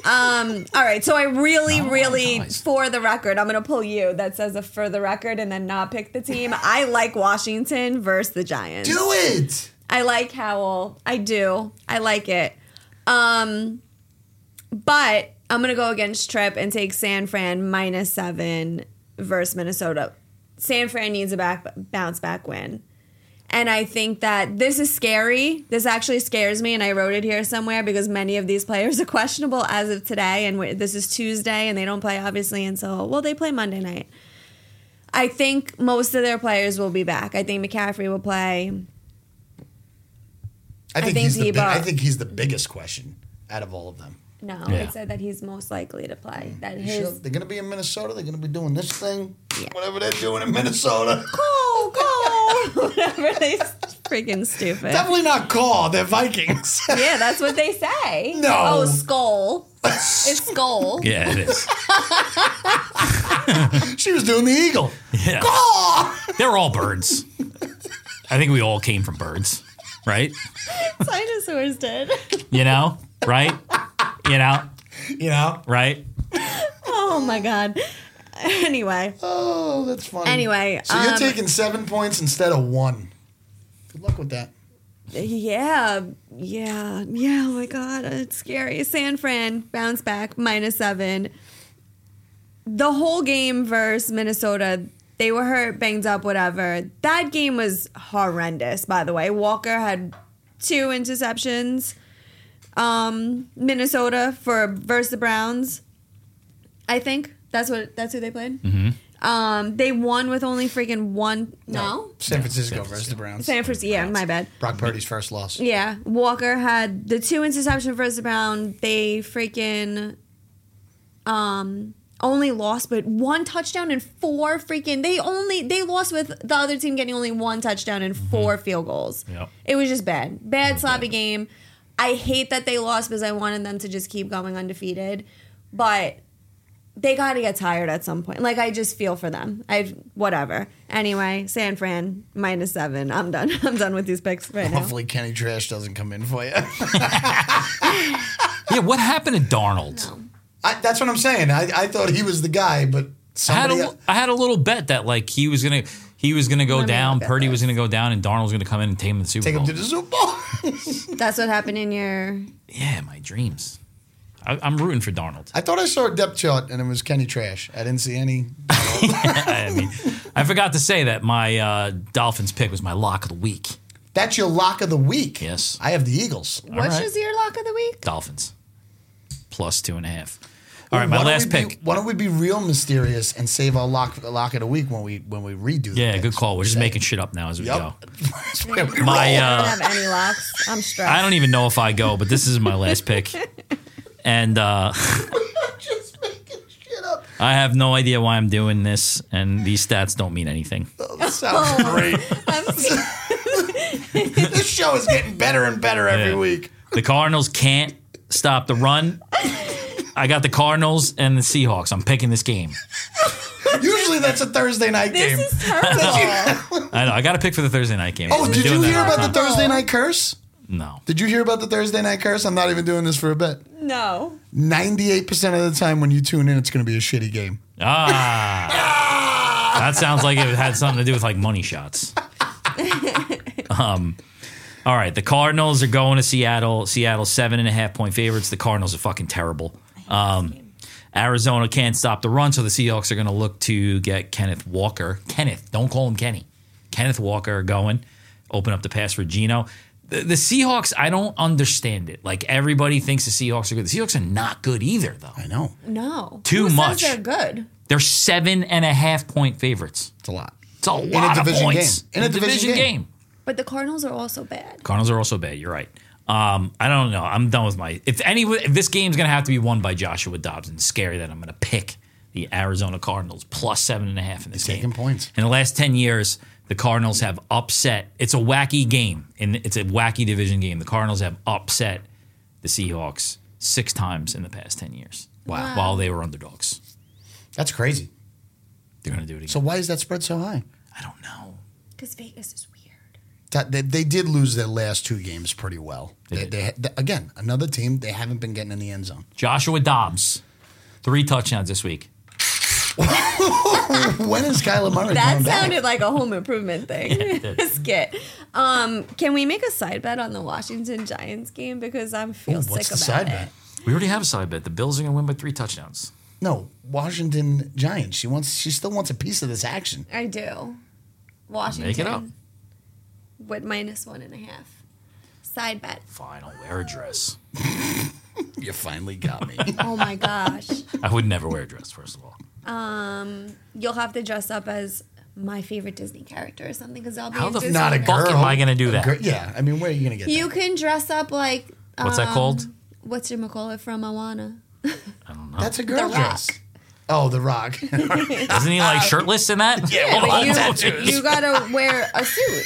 [SPEAKER 2] All right, so I really,
[SPEAKER 1] Not a lot of
[SPEAKER 2] really,
[SPEAKER 1] ties.
[SPEAKER 2] for the record, I'm going to pull you that says a for the record and then not pick the team. I like Washington versus the Giants.
[SPEAKER 4] Do it.
[SPEAKER 2] I like Howell. I do. I like it. Um, but I'm going to go against Trip and take San Fran minus seven versus Minnesota. San Fran needs a back bounce back win. And I think that this is scary. This actually scares me, and I wrote it here somewhere because many of these players are questionable as of today. And we- this is Tuesday, and they don't play obviously until well, they play Monday night. I think most of their players will be back. I think McCaffrey will play.
[SPEAKER 4] I think,
[SPEAKER 2] think
[SPEAKER 4] he's the
[SPEAKER 2] Debo-
[SPEAKER 4] big, I think he's the biggest question out of all of them.
[SPEAKER 2] No,
[SPEAKER 1] Yeah.
[SPEAKER 2] it said that he's most likely to play. That
[SPEAKER 4] Mm. You sure?
[SPEAKER 2] his
[SPEAKER 4] They're going to be in Minnesota. They're going to be doing this thing,
[SPEAKER 2] Yeah.
[SPEAKER 4] whatever they're doing in Minnesota.
[SPEAKER 2] go go whatever they freaking stupid.
[SPEAKER 4] Definitely not call. They're Vikings.
[SPEAKER 2] Yeah, that's what they say.
[SPEAKER 4] No.
[SPEAKER 2] Oh, skull. It's skull.
[SPEAKER 1] Yeah, it is.
[SPEAKER 4] she was doing the eagle.
[SPEAKER 1] Yeah.
[SPEAKER 4] Caw!
[SPEAKER 1] They're all birds. I think we all came from birds, right?
[SPEAKER 2] Dinosaurs did.
[SPEAKER 1] You know, right? You know,
[SPEAKER 4] You know.
[SPEAKER 1] right?
[SPEAKER 2] Oh my god. Anyway,
[SPEAKER 4] Oh, that's funny.
[SPEAKER 2] Anyway,
[SPEAKER 4] so you're
[SPEAKER 2] um,
[SPEAKER 4] taking seven points instead of one. Good luck with that.
[SPEAKER 2] yeah, yeah, yeah. Oh my god, it's scary. San Fran bounce back minus seven. The whole game versus Minnesota, they were hurt, banged up, whatever. That game was horrendous. By the way, Walker had two interceptions. Um, Minnesota for versus the Browns. I think that's what that's who they played. Um, they won with only freaking one. No,
[SPEAKER 4] San Francisco versus the Browns.
[SPEAKER 2] San Francisco. Yeah, my bad.
[SPEAKER 4] Brock Purdy's first loss.
[SPEAKER 2] Yeah, Walker had the two interception versus the Brown. They freaking um only lost but one touchdown and four freaking they only they lost with the other team getting only one touchdown and four field goals.
[SPEAKER 1] Yep.
[SPEAKER 2] Mm-hmm. It was just bad. Bad sloppy game. I hate that they lost because I wanted them to just keep going undefeated. But they got to get tired at some point. Like I just feel for them. I whatever. Anyway, San Fran minus 7. I'm done. I'm done with these picks right now.
[SPEAKER 4] Hopefully, Kenny Trash doesn't come in for you.
[SPEAKER 1] Yeah, what happened to Darnold?
[SPEAKER 4] I, that's what I'm saying. I, I thought he was the guy, but
[SPEAKER 1] I had
[SPEAKER 4] somebody.
[SPEAKER 1] a, I had a little bet that like he was gonna he was gonna go
[SPEAKER 2] Remember
[SPEAKER 1] down,
[SPEAKER 2] that
[SPEAKER 1] Purdy
[SPEAKER 2] bet.
[SPEAKER 1] was gonna go down, and Darnold was gonna come in and take him to the Super
[SPEAKER 4] Take
[SPEAKER 1] Bowl.
[SPEAKER 4] him to the Super Bowl.
[SPEAKER 2] That's what happened in your
[SPEAKER 1] yeah, my dreams. I, I'm rooting for Darnold.
[SPEAKER 4] I thought I saw a depth chart and it was Kenny Trash. I didn't see any.
[SPEAKER 1] I mean, I forgot to say that my uh, Dolphins pick was my lock of the week.
[SPEAKER 4] That's your lock of the week.
[SPEAKER 1] Yes.
[SPEAKER 4] I have the Eagles.
[SPEAKER 2] What's just your lock of the week?
[SPEAKER 1] Dolphins plus two and a half. All right, my last
[SPEAKER 4] don't we
[SPEAKER 1] pick.
[SPEAKER 4] Be, why don't we be real mysterious and save our lock lock of the week when we when we redo? the
[SPEAKER 1] yeah,
[SPEAKER 4] picks?
[SPEAKER 1] good call. We're just
[SPEAKER 4] Say-
[SPEAKER 1] making shit up now as we
[SPEAKER 4] Yep.
[SPEAKER 1] go.
[SPEAKER 4] That's where we
[SPEAKER 1] My
[SPEAKER 4] roll.
[SPEAKER 1] uh,
[SPEAKER 2] I don't have any locks. I'm stressed.
[SPEAKER 1] I don't even know if I go, but this is my last pick. And uh,
[SPEAKER 4] just making shit up.
[SPEAKER 1] I have no idea why I'm doing this, and these stats don't mean anything.
[SPEAKER 4] Oh, that sounds great.
[SPEAKER 2] I'm scared.
[SPEAKER 4] this show is getting better and better every
[SPEAKER 1] Yeah.
[SPEAKER 4] week.
[SPEAKER 1] The Cardinals can't stop the run. I got the Cardinals and the Seahawks. I'm picking this game.
[SPEAKER 4] Usually that's a Thursday night game.
[SPEAKER 2] This is terrible.
[SPEAKER 1] I know. I got to pick for the Thursday night game.
[SPEAKER 4] oh,
[SPEAKER 1] I've been
[SPEAKER 4] did you
[SPEAKER 1] doing that
[SPEAKER 4] hear
[SPEAKER 1] all
[SPEAKER 4] about
[SPEAKER 1] time.
[SPEAKER 4] the Thursday night curse?
[SPEAKER 1] No.
[SPEAKER 4] Did you hear about the Thursday night curse? I'm not even doing this for a bit.
[SPEAKER 2] no.
[SPEAKER 4] 98% of the time when you tune in, it's going to be a shitty game.
[SPEAKER 1] Ah. that sounds like it had something to do with like money shots. um, all right. The Cardinals are going to Seattle. Seattle seven and a half point favorites. The Cardinals are fucking terrible. Um, Arizona can't stop the run, so the Seahawks are going to look to get Kenneth Walker. Kenneth, don't call him Kenny. Kenneth Walker going. Open up the pass for Geno. The, the Seahawks, I don't understand it. Like everybody thinks the Seahawks are good. The Seahawks are not good either, though.
[SPEAKER 4] I know.
[SPEAKER 2] No.
[SPEAKER 1] Too
[SPEAKER 2] Who
[SPEAKER 1] much.
[SPEAKER 2] Says they're good.
[SPEAKER 1] They're seven and a half point favorites.
[SPEAKER 4] It's a lot.
[SPEAKER 1] It's a lot of
[SPEAKER 4] division
[SPEAKER 1] points
[SPEAKER 4] game. In a division game.
[SPEAKER 2] But the Cardinals are also bad.
[SPEAKER 1] Cardinals are also bad. You're right. Um, I don't know. I'm done with my. If any, if this game's gonna have to be won by Joshua Dobbs, and it's scary that I'm gonna pick the Arizona Cardinals plus seven and a half in this
[SPEAKER 4] Taking
[SPEAKER 1] game.
[SPEAKER 4] points.
[SPEAKER 1] In the last ten years, the Cardinals have upset. It's a wacky game, and it's a wacky division game. The Cardinals have upset the Seahawks six times in the past ten years.
[SPEAKER 4] Wow.
[SPEAKER 1] While they were underdogs,
[SPEAKER 4] That's crazy.
[SPEAKER 1] they're gonna do it again.
[SPEAKER 4] So why is that spread so high?
[SPEAKER 1] I don't know.
[SPEAKER 2] Because Vegas is weird.
[SPEAKER 4] That they, they did lose their last two games pretty well. They,
[SPEAKER 1] did.
[SPEAKER 4] they, again, another team they haven't been getting in the end zone.
[SPEAKER 1] Joshua Dobbs, three touchdowns this week.
[SPEAKER 4] when is Kyler Murray
[SPEAKER 2] That
[SPEAKER 4] coming back?
[SPEAKER 2] sounded like a home improvement thing. Skit. Um, can we make a side bet on the Washington Giants game? Because I'm feel
[SPEAKER 4] Ooh,
[SPEAKER 2] sick
[SPEAKER 4] what's the
[SPEAKER 2] about
[SPEAKER 4] side
[SPEAKER 2] it.
[SPEAKER 4] bet?
[SPEAKER 1] We already have a side bet. The Bills are going to win by three touchdowns.
[SPEAKER 4] No, Washington Giants. She wants. She still wants a piece of this action.
[SPEAKER 2] I do. Washington.
[SPEAKER 1] Make it up.
[SPEAKER 2] With minus one and a half. Side bet.
[SPEAKER 1] Fine, I'll wear a dress.
[SPEAKER 4] You finally got me.
[SPEAKER 2] Oh my gosh.
[SPEAKER 1] I would never wear a dress, first of all.
[SPEAKER 2] Um, You'll have to dress up as my favorite Disney character or something because I'll be
[SPEAKER 1] How
[SPEAKER 2] a
[SPEAKER 1] the
[SPEAKER 2] Disney
[SPEAKER 4] Not a
[SPEAKER 2] character.
[SPEAKER 4] girl.
[SPEAKER 1] Fuck, am I gonna do
[SPEAKER 4] A
[SPEAKER 1] that?
[SPEAKER 4] girl- yeah, I mean, where are you gonna get
[SPEAKER 2] You
[SPEAKER 4] that?
[SPEAKER 2] can dress up like um,
[SPEAKER 1] What's that called?
[SPEAKER 2] what's your McCullough from Moana?
[SPEAKER 4] That's a girl
[SPEAKER 2] The
[SPEAKER 4] dress. Oh, the Rock.
[SPEAKER 1] Isn't he like shirtless in that? Oh,
[SPEAKER 2] Yeah, but you,
[SPEAKER 1] tattoos.
[SPEAKER 2] you gotta wear a suit.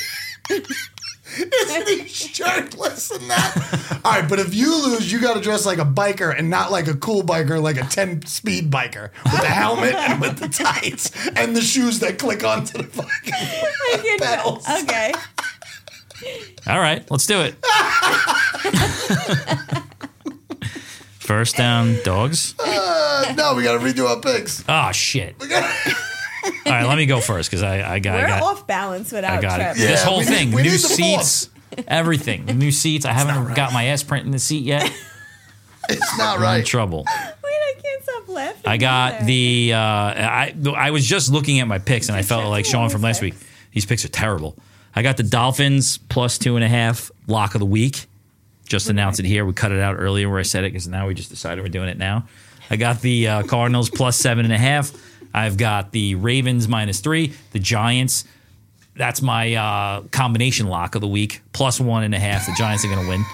[SPEAKER 4] Shirtless and that. All right, but if you lose, you got to dress like a biker and not like a cool biker, like a ten-speed biker with the helmet and with the tights and the shoes that click onto the fucking.
[SPEAKER 2] I can-
[SPEAKER 4] Bells.
[SPEAKER 2] okay.
[SPEAKER 1] All right, let's do it. first down, dogs.
[SPEAKER 4] Uh, no, we got to redo our picks.
[SPEAKER 1] Oh, shit. All right, let me go first because I, I got. I
[SPEAKER 2] We're
[SPEAKER 1] got
[SPEAKER 2] off balance without
[SPEAKER 1] I got
[SPEAKER 2] Trevor.
[SPEAKER 1] it. this
[SPEAKER 4] Yeah,
[SPEAKER 1] whole
[SPEAKER 4] we need-
[SPEAKER 1] thing,
[SPEAKER 4] we
[SPEAKER 1] new
[SPEAKER 4] need the
[SPEAKER 1] seats, everything, new seats. I haven't got my ass print in the seat yet.
[SPEAKER 4] It's not
[SPEAKER 1] I'm in
[SPEAKER 4] right.
[SPEAKER 1] trouble.
[SPEAKER 2] Wait, I can't stop laughing.
[SPEAKER 1] I got
[SPEAKER 2] either.
[SPEAKER 1] the. Uh, I I was just looking at my picks and I felt like
[SPEAKER 2] That's
[SPEAKER 1] showing from last week.
[SPEAKER 2] amazing.
[SPEAKER 1] These picks are terrible. I got the Dolphins plus two and a half lock of the week. Just announced it here. We cut it out earlier where I said it because now we just decided we're doing it now. I got the uh, Cardinals plus seven and a half. I've got the Ravens minus three. The Giants. That's my uh, combination lock of the week plus one and a half. The Giants are going to win.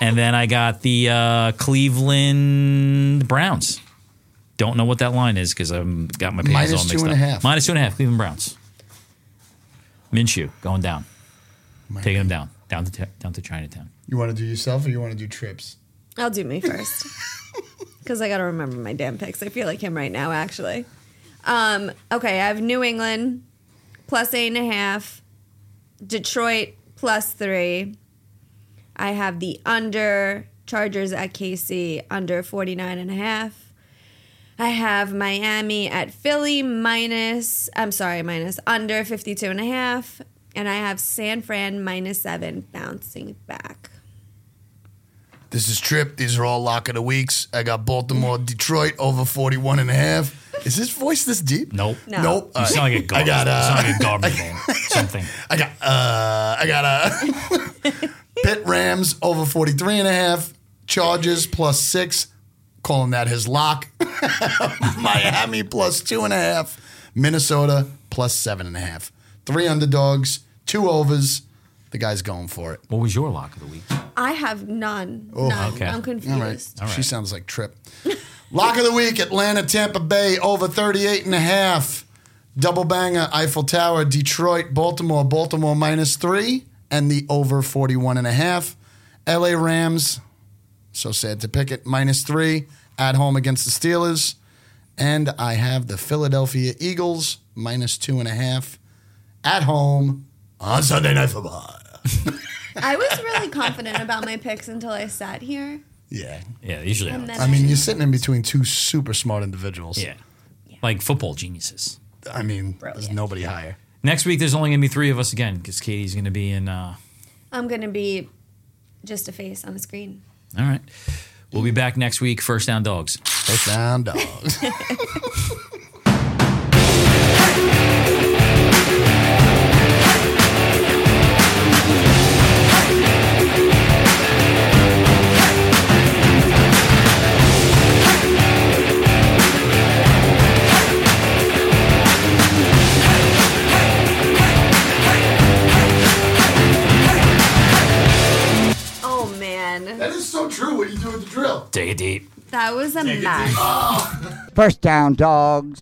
[SPEAKER 1] And then I got the uh, Cleveland Browns Don't know what that line is because I've got my pants
[SPEAKER 7] Minus
[SPEAKER 1] all
[SPEAKER 7] two
[SPEAKER 1] mixed
[SPEAKER 7] and
[SPEAKER 1] up.
[SPEAKER 7] a half.
[SPEAKER 1] Minus two and a half. Cleveland Browns. Minshew going down,
[SPEAKER 7] Might
[SPEAKER 1] taking him down, down to t- down to Chinatown.
[SPEAKER 7] You want to do yourself or you want to do trips?
[SPEAKER 2] I'll do me first. Because I got to remember my damn picks. I feel like him right now, actually. Um, okay, I have New England plus eight and a half, Detroit plus three. I have the under Chargers at KC under 49 and a half. I have Miami at Philly minus, I'm sorry, minus under 52 and a half. And I have San Fran minus seven bouncing back.
[SPEAKER 4] This is Trip. These are all lock of the weeks. I got Baltimore, Detroit over 41 and a half. Is his voice this deep?
[SPEAKER 1] Nope.
[SPEAKER 2] No.
[SPEAKER 4] Nope.
[SPEAKER 1] You
[SPEAKER 4] All
[SPEAKER 1] sound like a
[SPEAKER 4] right.
[SPEAKER 1] garbage.
[SPEAKER 4] I got
[SPEAKER 1] you
[SPEAKER 4] uh,
[SPEAKER 1] sound like a garbage man. Something.
[SPEAKER 4] I got uh I got uh Pitt Rams over 43 and a half, Chargers plus six, calling that his lock. Miami plus two and a half, Minnesota plus seven and a half. Three underdogs, two overs. The guy's going for it.
[SPEAKER 1] What was your lock of the week?
[SPEAKER 2] I have none. none.
[SPEAKER 1] okay.
[SPEAKER 2] I'm confused.
[SPEAKER 4] Oh, All right.
[SPEAKER 1] All
[SPEAKER 4] She
[SPEAKER 1] right.
[SPEAKER 4] sounds like Trip. Lock of the week, Atlanta, Tampa Bay, over 38 and a half. Double banger, Eiffel Tower, Detroit, Baltimore, Baltimore minus three, and the over 41 and a half. LA Rams, so sad to pick it, minus three, at home against the Steelers. And I have the Philadelphia Eagles, minus two and a half, at home on Sunday Night Football.
[SPEAKER 2] I was really confident about my picks until I sat here.
[SPEAKER 4] Yeah.
[SPEAKER 1] Yeah, usually. I
[SPEAKER 2] And
[SPEAKER 1] don't-
[SPEAKER 2] then
[SPEAKER 4] I mean, you're sitting in between two super smart individuals.
[SPEAKER 1] yeah. Like football geniuses.
[SPEAKER 4] I mean, there's
[SPEAKER 2] Brilliant.
[SPEAKER 4] nobody higher.
[SPEAKER 1] Next week, there's only going to be three of us again because Katie's going to be in. Uh,
[SPEAKER 2] I'm going to be just a face on a screen.
[SPEAKER 1] all right. We'll be back next week. First down dogs.
[SPEAKER 4] First down, dogs.
[SPEAKER 2] Oh, man.
[SPEAKER 4] that is so true. What you do with the drill?
[SPEAKER 1] Take it deep.
[SPEAKER 2] That was a mess.
[SPEAKER 3] First down, dogs.